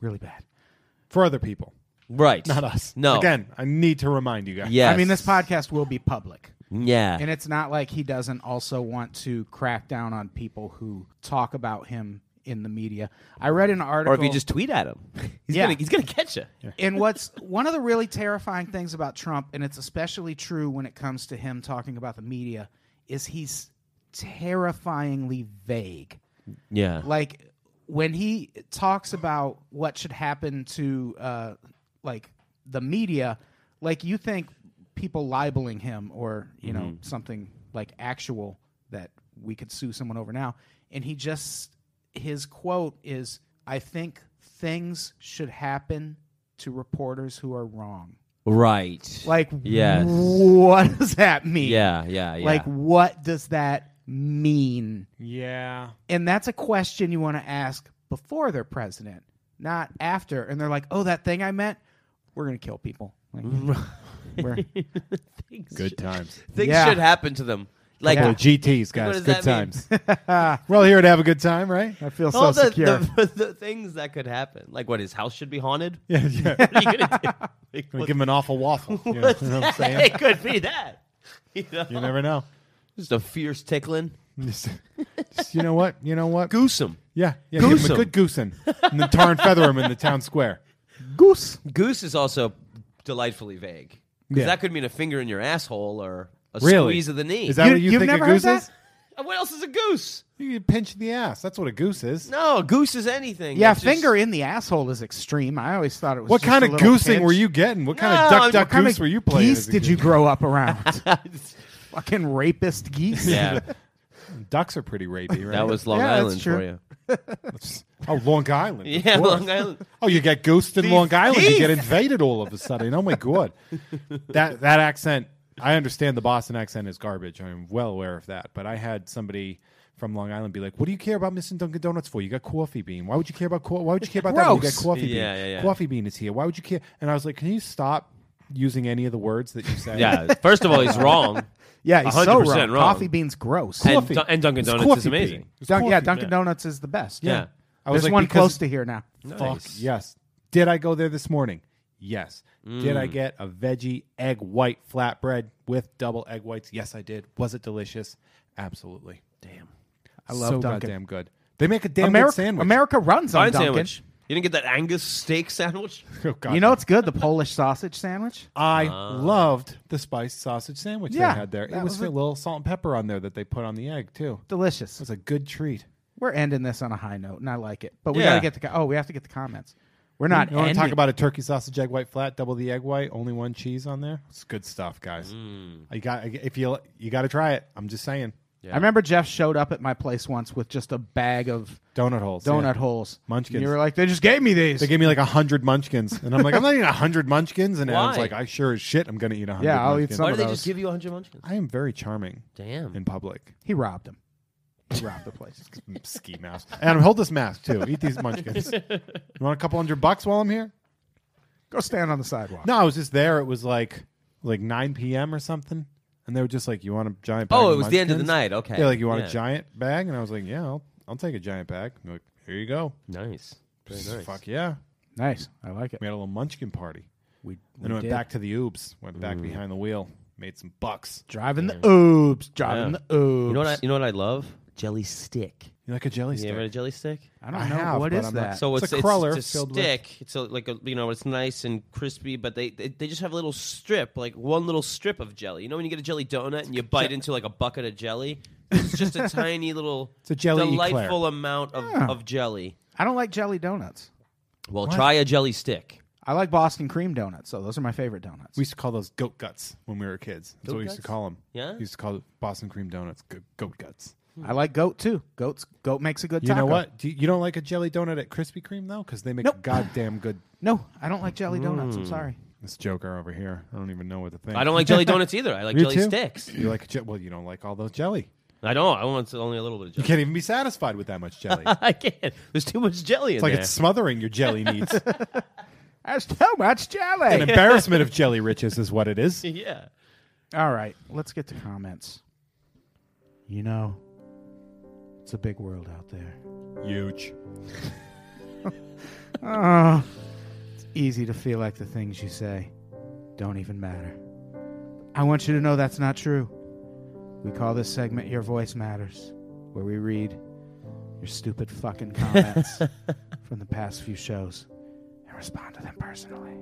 B: really bad
C: For other people,
D: Right.
C: not us.
D: No.
C: Again, I need to remind you guys.
D: Yes.
B: i mean this podcast will be public
D: Yeah.
B: and it's not like he doesn't also want to crack down on people who talk about him in the media i read an article
D: or if you just tweet at him, <laughs> he's
B: Yeah.
D: gonna he's gonna catch you.
B: and what's one of the really terrifying things about Trump, and it's especially true when it comes to him talking about the media, is he's terrifyingly vague.
D: Yeah.
B: Like when he talks about what should happen to uh, like the media, like you think people libeling him or you
D: Mm-hmm.
B: know something like actual that we could sue someone over now, and he just his quote is, "I think things should happen to reporters who are wrong."
D: Right.
B: Like,
D: Yes.
B: what does that mean?
D: yeah, yeah, yeah.
B: Like, what does that mean?
C: Yeah.
B: And that's a question you want to ask before they're president, not after. And they're like, oh, that thing I meant, we're going to kill people.
C: <laughs>
B: Like, we're-
D: <laughs> things
C: Good
D: <laughs>
C: times.
D: things
B: Yeah.
D: should happen to them. Like
C: Boy, GTs, guys.
D: does
C: good
D: that mean?
C: times.
D: <laughs>
C: We're all here to have a good time, right?
B: I feel so
D: all the,
B: secure.
D: <laughs> the, the things that could happen. Like what his house should be haunted.
C: <laughs> Yeah, yeah.
D: <laughs> What are you
C: <laughs>
D: gonna do? Like,
C: We
D: what-
C: give him an awful
D: <laughs>
C: waffle. You know,
D: what's
C: what I'm
D: that?
C: saying?
D: It could be that. <laughs> You know?
C: You never
D: <laughs>
C: know.
D: Just a fierce tickling.
C: Just, just, you know what? You know what?
D: Goose him.
C: Yeah, yeah. give him
D: Goose 'em.
C: a good goosin, and then tar and feather him in the town
D: <laughs>
C: square.
B: Goose.
D: Goose is also delightfully vague. 'Cause
C: Yeah.
D: that could mean a finger in your asshole or a
C: Really?
D: squeeze of the knee.
C: Is that
B: You-
C: what you
B: you've
C: think a
B: never heard
C: goose
B: that?
C: is?
D: Uh, what else is a goose?
C: You get pinched in the ass. That's what a goose is.
D: No, goose is anything.
B: Yeah,
D: That's just-
B: finger in the asshole is extreme. I always thought it was.
C: What
B: just
C: kind
B: a
C: of
B: little
C: goosing
B: pinch.
C: were you getting? What kind
D: No,
C: of duck,
D: what
C: duck,
B: Kind
C: goose
B: of
C: were you playing?
B: Geese
C: as a
B: did
C: kid?
B: you grow up
C: <laughs>
B: around? <laughs> Fucking rapist geese.
D: <laughs> yeah,
C: Ducks are pretty rapey, right?
D: that was Long
B: Yeah, that's
D: Island
B: true.
D: for you.
C: oh Long Island. of
D: <laughs> Yeah,
C: course. <laughs>
D: Long Island.
C: Oh, you get goosed in
D: Thief,
C: Long Island. You
D: thief.
C: get invaded all of a sudden. Oh my
D: <laughs>
C: god, that that accent. I understand the Boston accent is garbage. I'm well aware of that. But I had somebody from Long Island be like, "What do you care about missing Dunkin' Donuts for? You got coffee bean. Why would you care about co- Why would you care about that? when You got
B: Gross.
C: coffee bean.
D: Yeah, yeah, yeah.
C: Coffee bean is here. Why would you care?" And I was like, "Can you stop using any of the words that you say?" <laughs>
D: Yeah, first of all, he's wrong.
B: <laughs> yeah, he's so
D: 100%
B: wrong.
D: wrong.
B: Coffee beans gross.
D: And, Dun- and Dunkin'
C: It's
D: Donuts is
C: coffee
D: amazing.
C: bean. It's
B: Dun-
C: coffee
B: yeah,
C: bean.
B: Dunkin' Donuts is the best.
D: Yeah.
C: I was
B: There's
C: like,
B: one
C: because-
B: close to here now.
C: Fuck
D: Nice.
C: yes. Did I go there this morning? Yes. Did
B: Mm.
C: I get a veggie egg white flatbread with double egg whites? Yes, I did. Was it delicious? Absolutely. Damn. I
B: love
C: so
B: Dunkin'.
C: goddamn good. They make a damn
B: America,
C: good sandwich.
B: America runs on
D: Fine
B: Dunkin'.
D: sandwich. You didn't get that Angus steak sandwich?
C: Oh, God.
B: You know what's good? The Polish sausage sandwich.
C: I loved the spiced sausage sandwich
B: Yeah,
C: they had there. It
B: that
C: was,
B: was
C: a
B: it.
C: little salt and pepper on there that they put on the egg too. It
B: Delicious.
C: was a good treat.
B: We're ending this on a high note, and I like it. But we
D: Yeah.
B: gotta get the co- oh, we have to get the comments. We're not.
C: You want to
B: ending-
C: talk about a turkey sausage egg white flat, double the egg white, only one cheese on there? It's good stuff, guys.
B: Mm.
C: I got if you you got to try it. I'm just saying.
B: I remember Jeff showed up at my place once with just a bag of
C: Donut holes. yeah.
B: donut holes.
C: Munchkins.
B: And you were like, they just gave me these.
C: They gave me like a hundred munchkins, and I'm like, I'm not eating a hundred munchkins. And Adam's
D: Why?
C: like, I sure as shit, I'm gonna eat a hundred.
B: Yeah, I'll eat
C: munchkins.
B: some
D: Why
B: of
D: did they
B: those.
D: just give you 100 munchkins?
C: I am very charming
D: Damn.
C: in public.
B: he robbed him. He robbed the place.
C: Ski mask. Adam, hold this mask too. Eat these
D: <laughs>
C: munchkins. you want a couple hundred bucks while I'm here?
B: Go stand on the sidewalk.
C: No, I was just there. It was like like 9 p.m. or something, and they were just like, "You want a giant?" Bag
D: Oh,
C: of
D: it was the end of the
C: munchkins?"
D: night. Okay.
C: Yeah, like you want
D: Yeah.
C: a giant bag, and I was like, "Yeah, I'll, I'll take a giant bag." And they're like, here you go.
D: Nice. Very nice.
C: Fuck yeah,
B: Nice. I like it.
C: we had a little munchkin party.
B: We, we
C: Then I went
B: did.
C: back to the oobs. Went
D: Mm.
C: back behind the wheel. Made some bucks.
B: driving the oobs. Driving
D: Yeah.
B: the oobs.
D: You know what? I, you know what I love? Jelly stick. Uh,
C: You like a jelly
D: You
C: stick?
D: ever had a jelly stick?
B: I don't
C: I
B: know
C: have,
B: what
C: but
B: is
C: I'm not
B: that.
D: So
C: It's
D: it's,
C: a
D: it's
C: cruller
D: it's a
C: filled with-
D: stick. It's a, like a, you know it's nice and crispy, but they, they they just have a little strip, like one little strip of jelly. You know when you get a jelly donut and you bite into like a bucket of jelly, it's
C: <laughs>
D: just a tiny little,
C: It's a jelly eclair.
D: delightful amount of, of jelly.
B: I don't like jelly donuts.
D: Well, try a jelly stick.
B: I like Boston cream donuts. So those are my favorite donuts.
C: We used to call those goat guts when we were kids. That's what we used to
D: guts?
C: call them.
D: Yeah?
C: We used to call it Boston cream donuts go- goat guts.
B: I like goat too. Goats. Goat makes a good.
C: You
B: taco.
C: know what? Do you, you don't like a jelly donut at Krispy Kreme though, because they make
B: Nope.
C: goddamn good.
B: No, I don't like jelly donuts.
C: Mm.
B: I'm sorry.
C: This joker over here. I don't even know what to think.
D: I
C: <laughs>
D: don't like jelly donuts either. I like
C: You
D: jelly
C: too?
D: sticks.
C: You like je- well, you don't like all those jelly.
D: I don't. I want only a little bit of
C: You
D: jelly.
C: can't even be satisfied with that much
D: <laughs>
C: jelly. It's
D: I can't. There's too much jelly in
C: like
D: there.
C: it's smothering your jelly needs.
B: That's too much
C: An
B: jelly.
C: embarrassment of jelly riches is what it is.
D: <laughs> yeah.
B: All right, let's get to comments. You know, it's a big world out there.
C: Huge.
B: Oh, it's easy to feel like the things you say don't even matter. I want you to know that's not true. We call this segment Your Voice Matters, where we read your stupid fucking
C: <laughs>
B: comments from the past few shows and respond to them personally.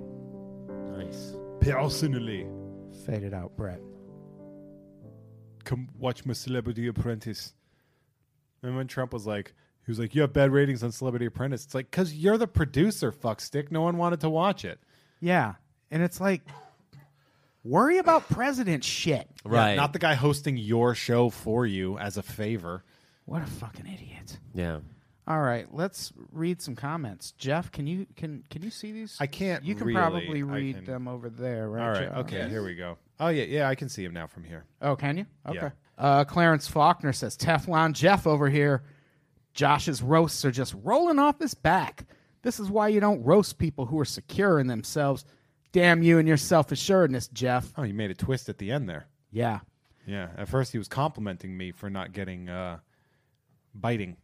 D: Nice.
C: Personally,
B: Fade it out, Brett.
C: come watch my Celebrity Apprentice. And when Trump was like, he was like, you have bad ratings on Celebrity Apprentice. It's like, because you're the producer, fuckstick. No one wanted to watch it.
B: Yeah, and it's like, worry about president shit.
D: Right.
C: Yeah, not the guy hosting your show for you as a favor.
B: What a fucking idiot.
D: yeah.
B: All right, let's read some comments. Jeff, can you can can you see these?
C: I can't
B: You can
C: really.
B: probably
C: I
B: read
C: can-
B: them over there, right?
C: All right.
B: Jeff?
C: Okay. Here we go. Oh, yeah. Yeah. I can see him now from here.
B: Oh, can you? Okay.
C: Yeah.
B: Uh, Clarence Faulkner says Teflon Jeff over here. Josh's roasts are just rolling off his back. This is why you don't roast people who are secure in themselves. Damn you and your self assuredness, Jeff.
C: Oh, you made a twist at the end there.
B: Yeah.
C: Yeah. At first, he was complimenting me for not getting uh, biting,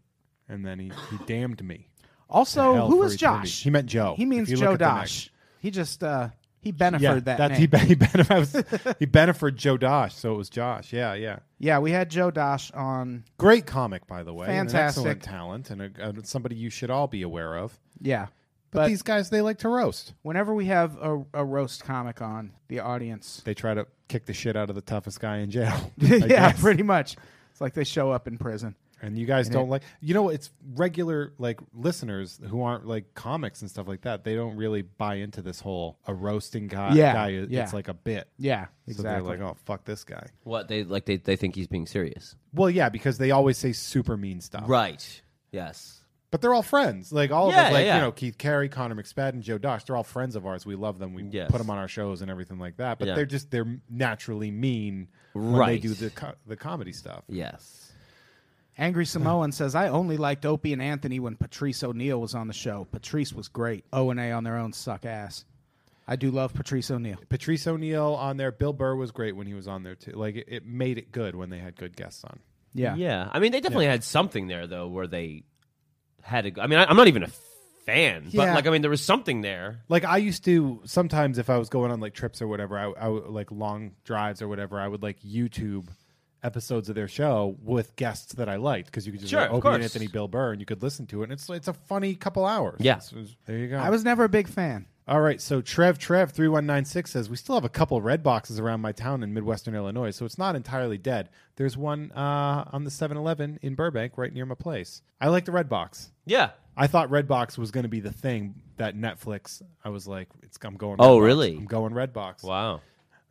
C: and then he, he damned me.
B: Also,
C: hell
B: who
C: for
B: is
C: eternity.
B: Josh?
C: He meant Joe.
B: He means
C: If you
B: Joe
C: look at the next-
B: Dosh. He just uh he benefited that
C: that's-
B: name.
C: he ben- he benef- <laughs> I was- he benefited Joe Dosh, so it was Josh. Yeah, yeah.
B: yeah, we had Joe Dosh on.
C: Great comic, by the way. and an
B: Fantastic.
C: excellent talent, and a, and somebody you should all be aware of.
B: Yeah.
C: But, these guys, they like to roast.
B: Whenever we have a, a roast comic on, the audience.
C: They try to kick the shit out of the toughest guy in jail. <laughs>
B: <laughs>
C: I
B: yeah,
C: guess.
B: pretty much. It's like they show up in prison.
C: and you guys
B: And
C: don't
B: it-
C: like you know it's regular like listeners who aren't like comics and stuff like that they don't really buy into this whole a roasting guy
B: Yeah,
C: guy is-
B: yeah.
C: it's like a bit
B: Yeah,
C: so
B: exactly.
C: they're like oh fuck this guy
D: What they like they, they think he's being serious.
C: well yeah because they always say super mean stuff
D: Right. Yes.
C: but they're all friends like all of
D: Yeah,
C: us like
D: yeah,
C: you
D: yeah.
C: know Keith Carey Connor McSpadden Joe Dosh they're all friends of ours we love them we
D: Yes.
C: put them on our shows and everything like that but
D: Yeah.
C: they're just they're naturally mean when they
D: Right.
C: do the co- the comedy stuff
D: Yes.
C: <laughs>
B: Angry Samoan says, I only liked Opie and Anthony when Patrice O'Neill was on the show. Patrice was great. O and A on their own suck ass. I do love Patrice O'Neill.
C: Patrice O'Neill on there. Bill Burr was great when he was on there too. Like it, it made it good when they had good guests on.
B: Yeah.
D: Yeah. I mean, they definitely had something there though, where they had a. I mean, I, I'm not even a fan,
C: Yeah.
D: but like, I mean, there was something there.
C: Like I used to sometimes if I was going on like trips or whatever, I, I would, like long drives or whatever, I would like YouTube episodes of their show with guests that I liked because you could just
D: Sure,
C: like,
D: of
C: open
D: course.
C: Anthony Bill Burr and you could listen to it. And it's it's a funny couple hours.
D: Yeah.
C: It's- it's- there you go.
B: I was never a big fan.
C: All right, so Trev Trev three one nine six says we still have a couple red boxes around my town in Midwestern Illinois, so it's not entirely dead. There's one uh, on the 7-Eleven in Burbank, right near my place. I like the red box.
D: Yeah.
C: I thought Redbox was going to be the thing that Netflix. I was like, it's, I'm going.
D: Oh,
C: Redbox.
D: really?
C: I'm going Redbox.
D: Wow.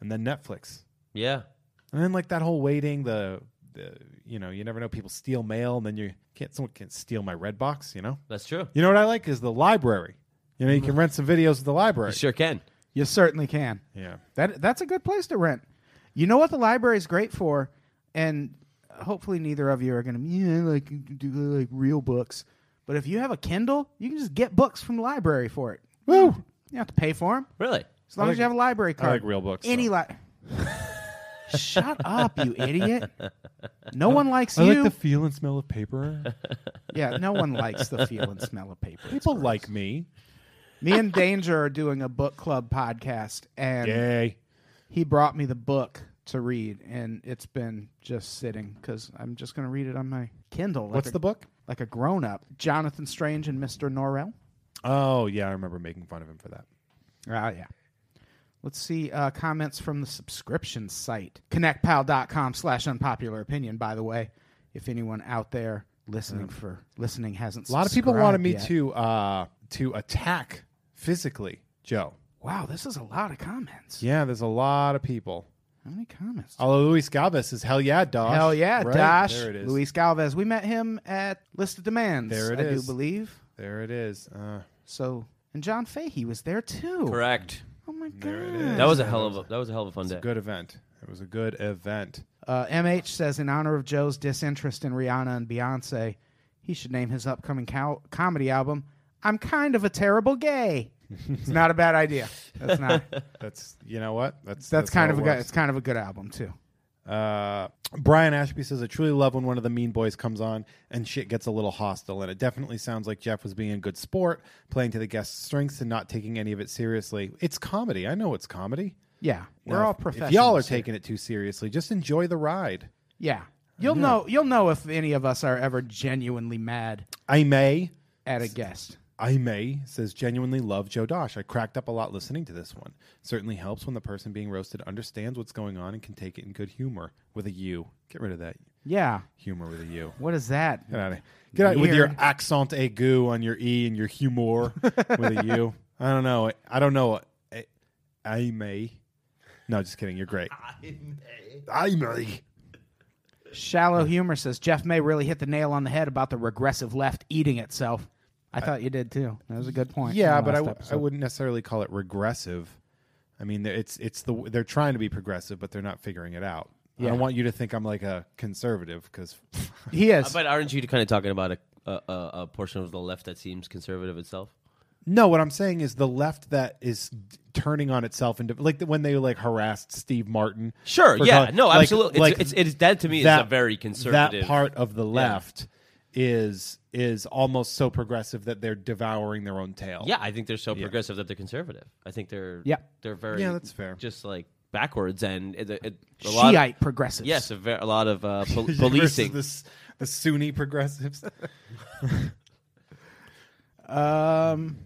C: And then Netflix,
D: Yeah.
C: and then like that whole waiting. The, the you know, you never know. People steal mail, and then you can't. Someone can't steal my Redbox. You know.
D: That's true.
C: You know what I like is the library. You know, you can rent some videos at the library.
D: You sure can.
B: You certainly can.
C: Yeah.
B: That that's a good place to rent. You know what the library is great for, and hopefully neither of you are gonna yeah I like do like real books. But if you have a Kindle, you can just get books from the library for it. Woo! You don't have to pay for them
D: Really.
B: as long
C: I
B: as
C: like-
B: you have a library
C: I
B: card.
C: like real books.
B: Any
C: though.
B: li. Shut up, you idiot! No one likes
C: I
B: you.
C: like the feel and smell of paper.
B: yeah, no one likes the feel and smell of paper.
C: People like me.
B: Me and Danger are doing a book club podcast, and
C: Yay.
B: he brought me the book to read, and it's been just sitting because I'm just going to read it on my Kindle. Like
C: What's
B: a,
C: the book?
B: Like a grown up. Jonathan Strange and Mr. Norrell.
C: Oh yeah, I remember making fun of him for that.
B: Oh,
C: Ah,
B: yeah. Let's see uh, comments from the subscription site. ConnectPal.com slash unpopular opinion, by the way, if anyone out there listening for listening hasn't
C: Um, A lot of people wanted
B: subscribed
C: me
B: yet.
C: to uh, to attack physically Joe.
B: Wow, this is a lot of comments.
C: Yeah, there's a lot of people.
B: How many comments?
C: Although Oh, Luis Gavas is hell yeah, Dosh.
B: Hell yeah,
C: Right?
B: Dash.
C: There it is.
B: Luis Galvez. We met him at List of Demands.
C: There it
B: I
C: is.
B: do believe.
C: There it is. Uh,
B: So and John Fahey was there too.
D: Correct.
B: Oh my
C: There it
B: god.
C: is.
D: That was a hell of a that was a hell of a fun
C: it's
D: day.
C: a good event. It was a good event.
B: Uh, MH says in honor of Joe's disinterest in Rihanna and Beyonce, he should name his upcoming cow- comedy album "I'm Kind of a Terrible Gay." it's not a bad idea. That's not. That's,
C: That's you know what? That's
B: kind
C: how
B: of a
C: it
B: good.
C: works.
B: It's kind of a good album too.
C: Uh, Brian Ashby says, I truly love when one of the mean boys comes on and shit gets a little hostile. And it definitely sounds like Jeff was being a good sport, playing to the guest's strengths and not taking any of it seriously. It's comedy. I know it's comedy.
B: Yeah, we're
C: Now,
B: all
C: if-
B: professionals.
C: If y'all are
B: here.
C: taking it too seriously, just enjoy the ride.
B: Yeah, you'll know. You'll know if any of us are ever genuinely mad
C: I may,
B: at a guest.
C: I may, says genuinely love Joe Dosh. I cracked up a lot listening to this one. Certainly helps when the person being roasted understands what's going on and can take it in good humor with a U. Get rid of that
B: Yeah.
C: humor with a U.
B: What is that?
C: Get out of Get out with your
B: Weird.
C: accent aigu on your E and your humor with a U. I don't know. I don't know. I, I may. No, just kidding. You're great. I may. I may.
B: Shallow humor says Jeff May really hit the nail on the head about the regressive left eating itself. I thought you did too. That was a good point.
C: Yeah,
B: in the
C: but I,
B: last
C: w- I
B: episode.
C: wouldn't necessarily call it regressive. I mean, they're- it's it's the they're trying to be progressive, but they're not figuring it out. I
B: Yeah.
C: don't want you to think I'm like a conservative because
B: He is.
D: But aren't you kind of talking about a, a a a portion of the left that seems conservative itself?
C: <laughs> no, what I'm saying is the left that is d- turning on itself into like when they like harassed Steve Martin.
D: Sure.
C: for
D: yeah.
C: calling-
D: no.
C: like-
D: Absolutely.
C: like
D: it's, it's, it's that to me is a very conservative
C: That part of the left is is almost so progressive that they're devouring their own tail.
D: Yeah, I think they're so progressive that they're conservative. I think they're
B: Yeah.
D: they're very
C: Yeah, that's fair.
D: Just like backwards and it, it, a lot.
B: Shiite
D: Of,
B: progressives.
D: yes, a, ver- a lot
C: <laughs>
D: of uh,
C: <laughs>
D: pol-
C: Versus
D: policing.
C: the, s- the Sunni progressives. <laughs>
B: Um,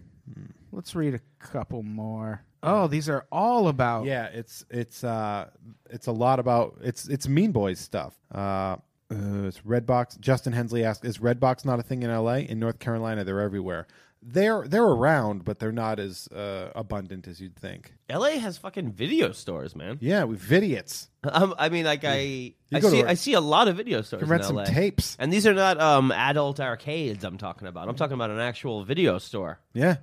B: let's read a couple more. Oh, these are all
D: Oh.
B: about.
C: yeah, it's it's uh it's a lot about it's it's Mean Boys stuff. Uh Uh, it's Redbox. Justin Hensley asked, "Is Redbox not a thing in L.A.? In North Carolina, they're everywhere. They're they're around, but they're not as uh, abundant as you'd think.
D: LA has fucking video stores, man.
C: Yeah, we vidiots.
D: Um, I mean, like I, I
C: go to
D: see,
C: a-
D: I see a lot of video stores.
C: Can rent
D: in
C: some
D: LA.
C: tapes.
D: and these are not um, adult arcades. I'm talking about. I'm talking about an actual video store.
C: Yeah,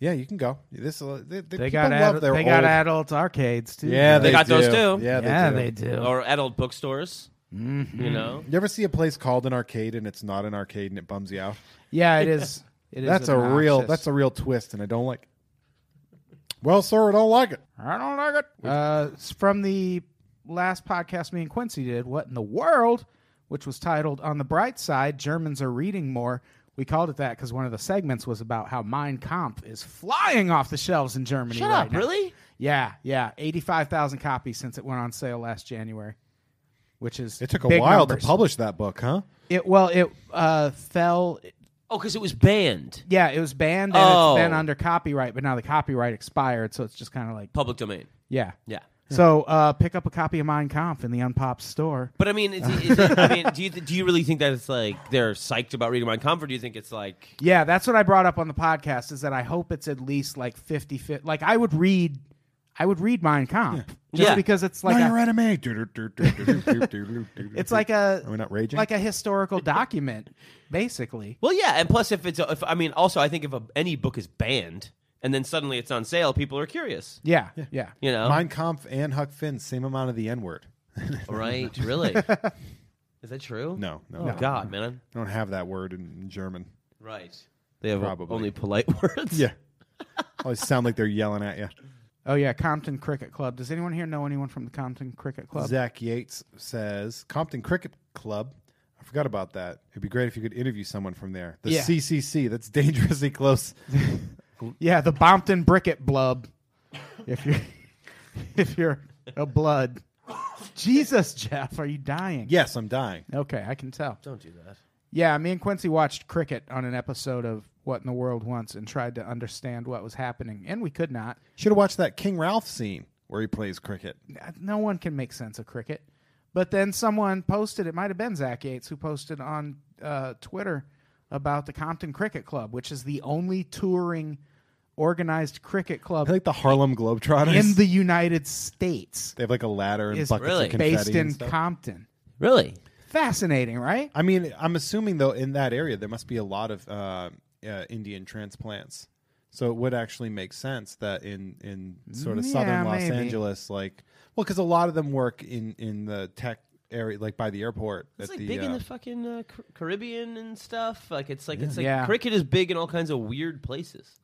C: yeah, you can go. This they, they,
B: They got
C: people
B: ad-
C: love
B: they
C: their
B: got
C: old-
B: adult arcades too.
C: Yeah,
D: They
C: they,
D: got
C: do.
D: those too.
C: Yeah, Mm-hmm. they
B: yeah,
C: do.
B: they do.
D: or adult bookstores. You know,
C: You ever see a place called an arcade and it's not an arcade and it bums you out?
D: <laughs>
B: Yeah, it is. It is.
C: That's a real
B: obnoxious.
C: that's a real twist, and I don't like. it. Well, sir, I don't like it.
B: I don't like it. Uh, it's from the last podcast me and Quincy did, What in the World, which was titled On the Bright Side, Germans Are Reading More. We called it that because one of the segments was about how Mein Kampf is flying off the shelves in Germany.
D: shut
B: right
D: up,
B: now.
D: really?
B: Yeah, yeah. 85,000 copies since it went on sale last January, which is.
C: It took a
B: big
C: while
B: numbers.
C: to publish that book, huh?
B: It, well, it uh, fell.
D: Oh, because it was banned,
B: Yeah, it was banned and
D: Oh.
B: it's been under copyright, but now the copyright expired, so it's just kind of like,
D: public domain.
B: yeah.
D: Yeah,
B: So uh, pick up a copy of Mein Kampf in the Unpopped store.
D: but I mean, is it, is it, I mean, do you do you really think that it's like they're psyched about reading Mein Kampf, or do you think it's like
B: Yeah, that's what I brought up on the podcast is that I hope it's at least like 50 50. Like I would read I would read Mein Kampf just
D: Yeah.
B: because it's like
C: Minor
B: a,
C: anime. It's
B: <laughs> it's like a
C: Are we not raging?
B: like a historical document basically.
D: Well, yeah, and plus, if it's if I mean, also, I think if a, any book is banned and then suddenly it's on sale, people are curious.
B: Yeah, yeah. Yeah.
D: You know,
C: Mein Kampf and Huck Finn, same amount of the N <laughs> word.
D: right?
C: <laughs>
D: Really? Is that true?
C: No, no,
D: Oh
C: I
D: God, man!
C: don't have that word in German.
D: Right? They have
C: Probably.
D: only polite <laughs> words.
C: <laughs> always sound like they're yelling at you.
B: Oh yeah, Compton Cricket Club. Does anyone here know anyone from the Compton Cricket Club?
C: Zach Yates says Compton Cricket Club. I forgot about that. It'd be great if you could interview someone from there. The
B: Yeah.
C: CCC. That's dangerously close. <laughs>
B: yeah, the Bompton Bricket Blub. If you're <laughs> if you're a blood. Jesus, Jeff, are you dying?
C: yes, I'm dying.
B: Okay, I can tell.
D: Don't do that.
B: Yeah, me and Quincy watched cricket on an episode of What in the World Once and tried to understand what was happening, and we could not.
C: Should have watched that King Ralph scene where he plays cricket.
B: No one can make sense of cricket. But then someone posted, it might have been Zach Yates, who posted on uh, Twitter about the Compton Cricket Club, which is the only touring organized cricket club
C: I like the Harlem Globetrotters.
B: in the United States
C: they have like a ladder and
B: Is
C: buckets
D: really?
C: of confetti
B: based in
C: and stuff.
B: Compton.
D: Really?
B: Fascinating, right?
C: I mean, I'm assuming though in that area there must be a lot of uh, uh, Indian transplants, so it would actually make sense that in in sort of
B: Yeah,
C: southern Los
B: maybe.
C: Angeles, like, well, because a lot of them work in in the tech area, like by the airport.
D: It's
C: at
D: like
C: the,
D: big in
C: uh,
D: the fucking uh, Car- Caribbean and stuff. Like it's like it's like
B: Yeah.
D: cricket is big in all kinds of weird places.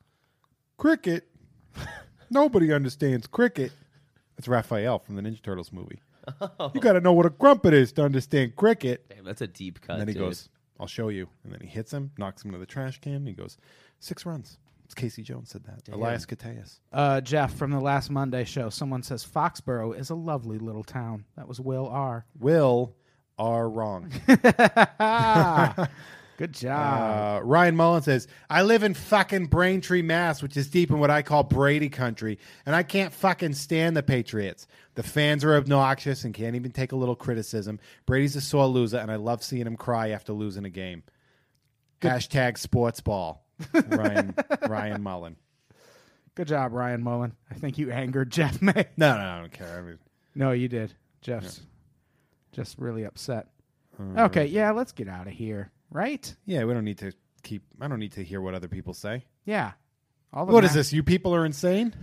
C: cricket. Nobody understands cricket. That's Raphael from the Ninja Turtles movie. You got to know what a crumpet is to understand cricket.
D: Damn, that's a deep cut.
C: And then he
D: dude.
C: goes, I'll show you. And then he hits him, knocks him into the trash can. And he goes, six runs. It's Casey Jones said that. Elias Cateas.
B: Uh, Jeff, from the last Monday show, someone says Foxborough is a lovely little town. That was Will R.
C: Will are wrong.
B: Ah,
C: <laughs>
B: Good job.
C: Uh, Ryan Mullen says, I live in fucking Braintree, Mass, which is deep in what I call Brady country, and I can't fucking stand the Patriots. The fans are obnoxious and can't even take a little criticism. Brady's a sore loser, and I love seeing him cry after losing a game. Hashtag sports ball.
D: <laughs>
C: Ryan, Ryan Mullen.
B: Good job, Ryan Mullen. I think you angered Jeff <laughs> May.
C: No, no, I don't care. I mean,
B: no, you did. Jeff's just really upset.
C: Uh,
B: okay, yeah, let's get out of here, right?
C: Yeah, we don't need to keep. I don't need to hear what other people say.
B: Yeah. All the
C: What is
B: ma-
C: this? You people are
D: <laughs>
C: insane.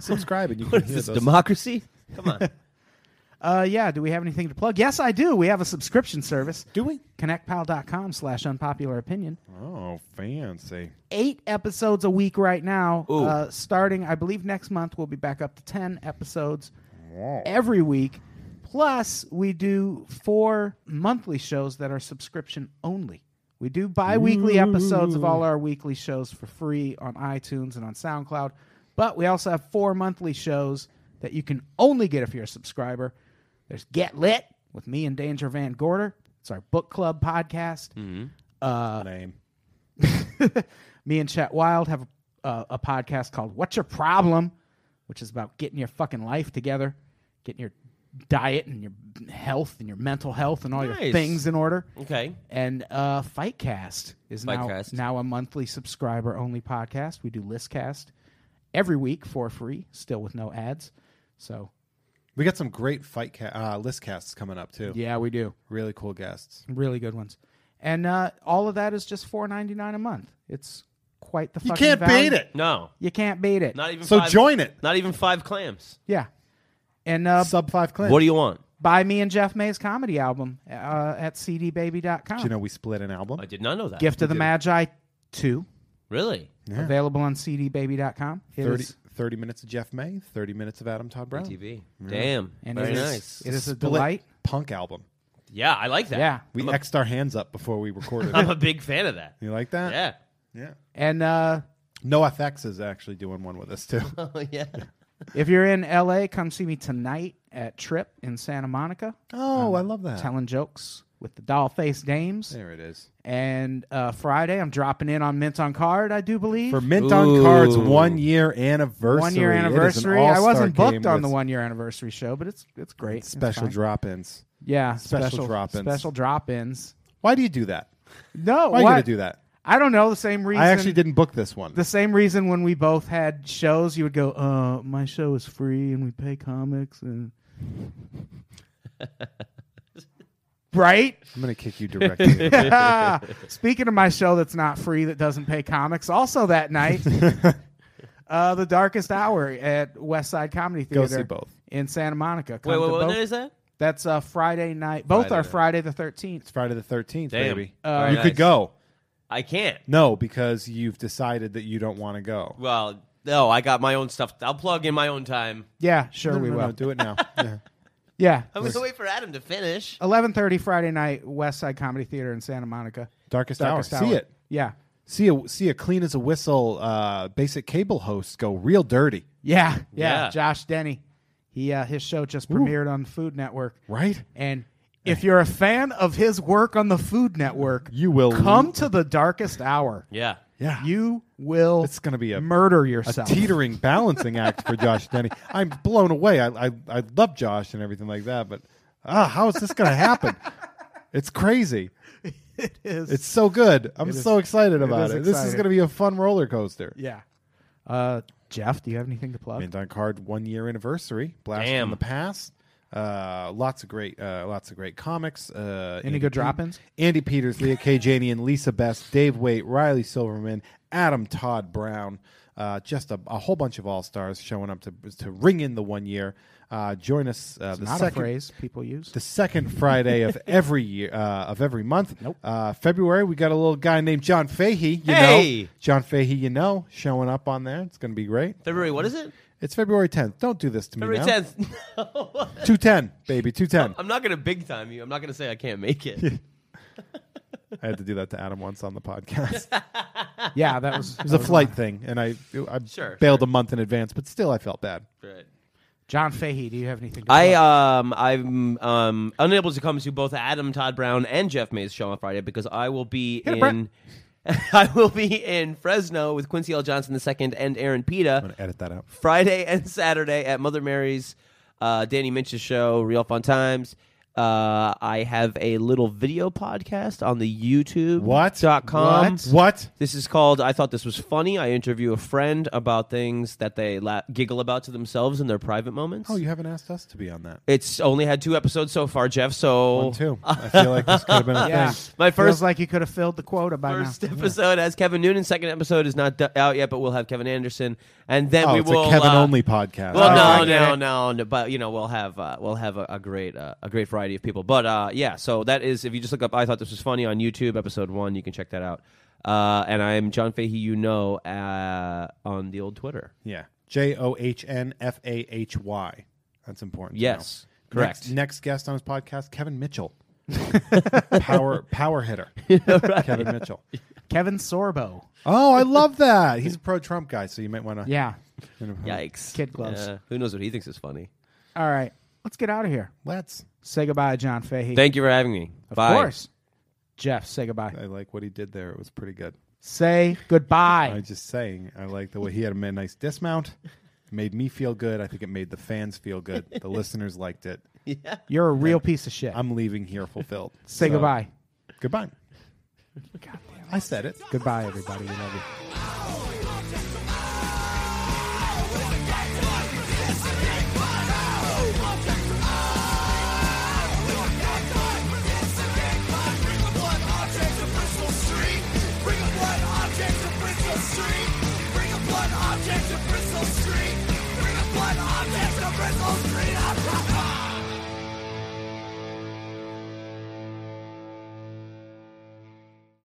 C: Subscribe and you can
D: "What
C: hear
D: is this
C: those.
D: democracy? Come <laughs> on."
B: Uh, yeah, do we have anything to plug? Yes, I do. We have a subscription service.
C: Do we?
B: ConnectPal.com slash unpopular opinion.
C: Oh, fancy.
B: Eight episodes a week right now.
D: Ooh.
B: Uh, starting, I believe, next month, we'll be back up to 10 episodes every week. Plus, we do four monthly shows that are subscription only. We do bi weekly episodes of all our weekly shows for free on iTunes and on SoundCloud. But we also have four monthly shows that you can only get if you're a subscriber. There's Get Lit with me and Danger Van Gorder. It's our book club podcast.
C: Name.
B: <laughs> Me and Chet Wild have a, uh, a podcast called What's Your Problem, which is about getting your fucking life together, getting your diet and your health and your mental health and all your
D: Nice.
B: things in order.
D: Okay.
B: And uh, Fightcast is
D: Fightcast.
B: now now a monthly subscriber only podcast. We do Listcast every week for free, still with no ads. So
C: We got some great fight ca- uh, list casts coming up too.
B: yeah, we do
C: Really cool guests.
B: really good ones, and uh, all of that is just four ninety nine a month. It's quite the
C: You
B: fucking
C: can't
B: value.
C: beat it.
D: No.
B: You can't beat it.
D: Not even
C: So
D: five,
C: join it.
D: Not even five clams.
B: yeah, and uh,
C: Sub five Clint.
D: What do you want?
B: buy me and Jeff May's comedy album uh, at cdbaby.com.
C: Do you know we split an album?
D: I did not know that.
B: Gift of the Magi two
D: Really?
B: available on cdbaby.com. It
C: 30,
B: is-
C: 30 minutes of Jeff May, 30 minutes of Adam Todd Brown.
D: TV. Damn.
B: and
D: Very
B: it is-
D: nice.
B: It is a
C: Split
B: delight.
C: Punk album.
D: yeah, I like that.
B: Yeah.
C: We X'd our hands up before we
D: <laughs>
C: recorded
D: I'm
C: it.
D: a big fan of that.
C: You like that?
D: Yeah.
C: Yeah.
B: And uh,
C: No FX is actually doing one with us too.
D: <laughs>
C: <laughs>
D: Oh, yeah.
B: if you're in LA, come see me tonight at Trip in Santa Monica,
C: Oh, I love that.
B: telling jokes with the doll face dames.
C: There it is.
B: And uh, Friday, I'm dropping in on Mint on Card, I do believe.
C: For Mint on Cards one year anniversary.
B: one year
C: It is an
B: anniversary. I
C: all-star
B: wasn't booked
C: game
B: on
C: with
B: the one year anniversary show, but it's it's great. It's
C: Special
B: fine.
C: drop ins.
B: yeah,
C: special drop-ins.
B: special drop ins.
C: Why do you do that?
B: No,
C: Why
B: what?
C: you gotta do that?
B: I don't know. The same reason.
C: I actually didn't book this one.
B: The same reason when we both had shows, you would go, "Uh, my show is free and we pay comics
C: <laughs>
B: and."
C: <laughs>
B: right. Ah,
C: I'm gonna
B: <laughs>
C: kick you directly.
B: Speaking of my show that's not free that doesn't pay comics, also that night,
C: <laughs>
B: uh, the darkest hour at West Side Comedy Theater.
C: Go see both.
B: in Santa Monica. Come
D: Wait, wait,
B: to
D: what
B: both.
D: is that?
B: That's uh, Friday night. Both
D: Friday
B: are
D: night.
B: Friday the thirteenth.
C: it's Friday the 13th,
D: Damn.
C: baby.
D: Very
C: you
D: nice.
C: could go.
D: I can't.
C: No, because you've decided that you don't want to go.
D: Well, no, I got my own stuff. I'll plug in my own time.
B: Yeah, sure we
C: No,
B: will.
C: no, do it now. Yeah.
B: <laughs> Yeah,
D: I'm going to wait for Adam to finish.
B: eleven thirty Friday night, West Side Comedy Theater in Santa Monica.
C: Darkest,
B: Darkest
C: hour. Oh, See
B: Hour.
C: it.
B: Yeah,
C: See a see a clean as a whistle. Uh, basic cable hosts go real dirty,
B: yeah, yeah.
D: Yeah.
B: Josh Denny, he uh, his show just premiered on Food Network,
C: right?
B: and if you're a fan of his work on the Food Network,
C: You will
B: come to the darkest hour.
D: Yeah.
C: Yeah,
B: You will.
C: It's gonna be a-
B: murder
C: a
B: yourself.
C: teetering balancing act for Josh Denny. I'm blown away. I, I I love Josh and everything like that, but ah, how is this
B: <laughs>
C: gonna happen? it's crazy.
B: <laughs> It is.
C: It's so good. I'm
B: is-
C: so excited about
B: is
C: it. This is
B: exciting.
C: gonna be a fun roller coaster.
B: yeah. Uh, Jeff, do you have anything to plug?
C: Mint on card one year anniversary. Blast
D: Damn.
C: from the past. Uh, lots of great, uh, lots of great comics. Uh,
B: Any
C: Andy
B: good
C: Pe-
B: drop-ins?
C: Andy Peters, Leah K. Janian, Lisa Best, Dave Waite, Riley Silverman, Adam Todd Brown. Uh, just a, a whole bunch of all stars showing up to to ring in the one year. Uh, join us uh, the
B: Not a
C: second
B: phrase people use.
C: the second Friday
D: <laughs>
C: of every year uh, of every month.
B: Nope.
C: Uh, February, we got a little guy named John Fahey. You
D: Hey!
C: know, John Fahey, you know, showing up on there. It's going to be great.
D: February, what is it?
C: It's February 10th. Don't do this to
D: February
C: me now.
D: 10th. No.
C: 210, baby, 210.
D: <laughs> I'm not going to big time you. I'm not going to say I can't make it. <laughs>
C: I had to do that to Adam once on the
D: <laughs>
C: podcast. It
B: yeah, that
C: <laughs>
B: was.
C: was a flight thing, and I I
D: Sure,
C: bailed a month in advance, but still I felt bad.
D: Right.
B: John Fahey, do you have anything? To
D: I
B: plug?
D: um I'm um unable to come to both Adam Todd Brown and Jeff May's show on Friday because I will be
B: Hit it, Brett.
D: in <laughs> I will be in Fresno with Quincy L. Johnson II and Aaron
C: I'm
D: Pita
C: going to edit that out.
D: Friday and Saturday at Mother Mary's uh, Danny Minch's show, Real Fun Times. Uh, I have a little video podcast on the YouTube
C: What?
D: dot com.
C: What? What?
D: This is called I Thought This Was Funny. I interview a friend about things that they la- giggle about to themselves in their private moments.
C: Oh, you haven't asked us to be on that.
D: It's only had two episodes so far, Jeff. So
C: One, two. I feel like this could have
D: <laughs>
C: been a
B: yeah,
C: thing.
D: my
B: feels
D: first
B: like you could have filled the quota by
D: first
B: now.
D: episode has Kevin Noonan. Second episode is not d- out yet, but we'll have Kevin Anderson, and then
C: Oh,
D: we
C: it's
D: will
C: a Kevin
D: uh,
C: only podcast.
B: Oh,
D: Well,
B: I
D: no,
B: get
D: no,
B: it.
D: no, no, but you know we'll have uh, we'll have a, a great uh, a great variety of people. But uh, yeah, so that is if you just look up I thought this was funny on YouTube episode one, you can check that out. Uh, and I'm John Fahey, you know, uh, on the old Twitter.
C: Yeah. J O H N F A H Y. That's important. to
D: Yes,
C: know.
D: correct.
C: Next, next guest on his podcast, Kevin Mitchell. power power hitter. Kevin Mitchell.
B: Kevin Sorbo.
C: Oh, I love that. He's a pro Trump guy, so you might want to
B: Yeah.
D: Yikes,
B: Kid gloves.
D: Yeah, who knows what he thinks is funny?
B: All right, let's get out of here.
C: Let's.
B: Say goodbye, John Fahey.
D: Thank you for having me.
B: of
D: Bye.
B: course, Jeff. Say goodbye.
C: I like what he did there. It was pretty good.
B: Say
C: I
B: goodbye.
C: was just saying, I like the way he had a nice dismount. It made me feel good. I think it made the fans feel good. The listeners liked it.
D: Yeah.
B: You're a real piece of shit.
C: I'm leaving here fulfilled.
B: Say
C: So,
B: goodbye.
C: Goodbye. I said it.
B: Goodbye, everybody. We love you.
F: Bring a blood object to Bristol Street. Bring a blood object to Bristol Street. Bring a blood object to Bristol Street.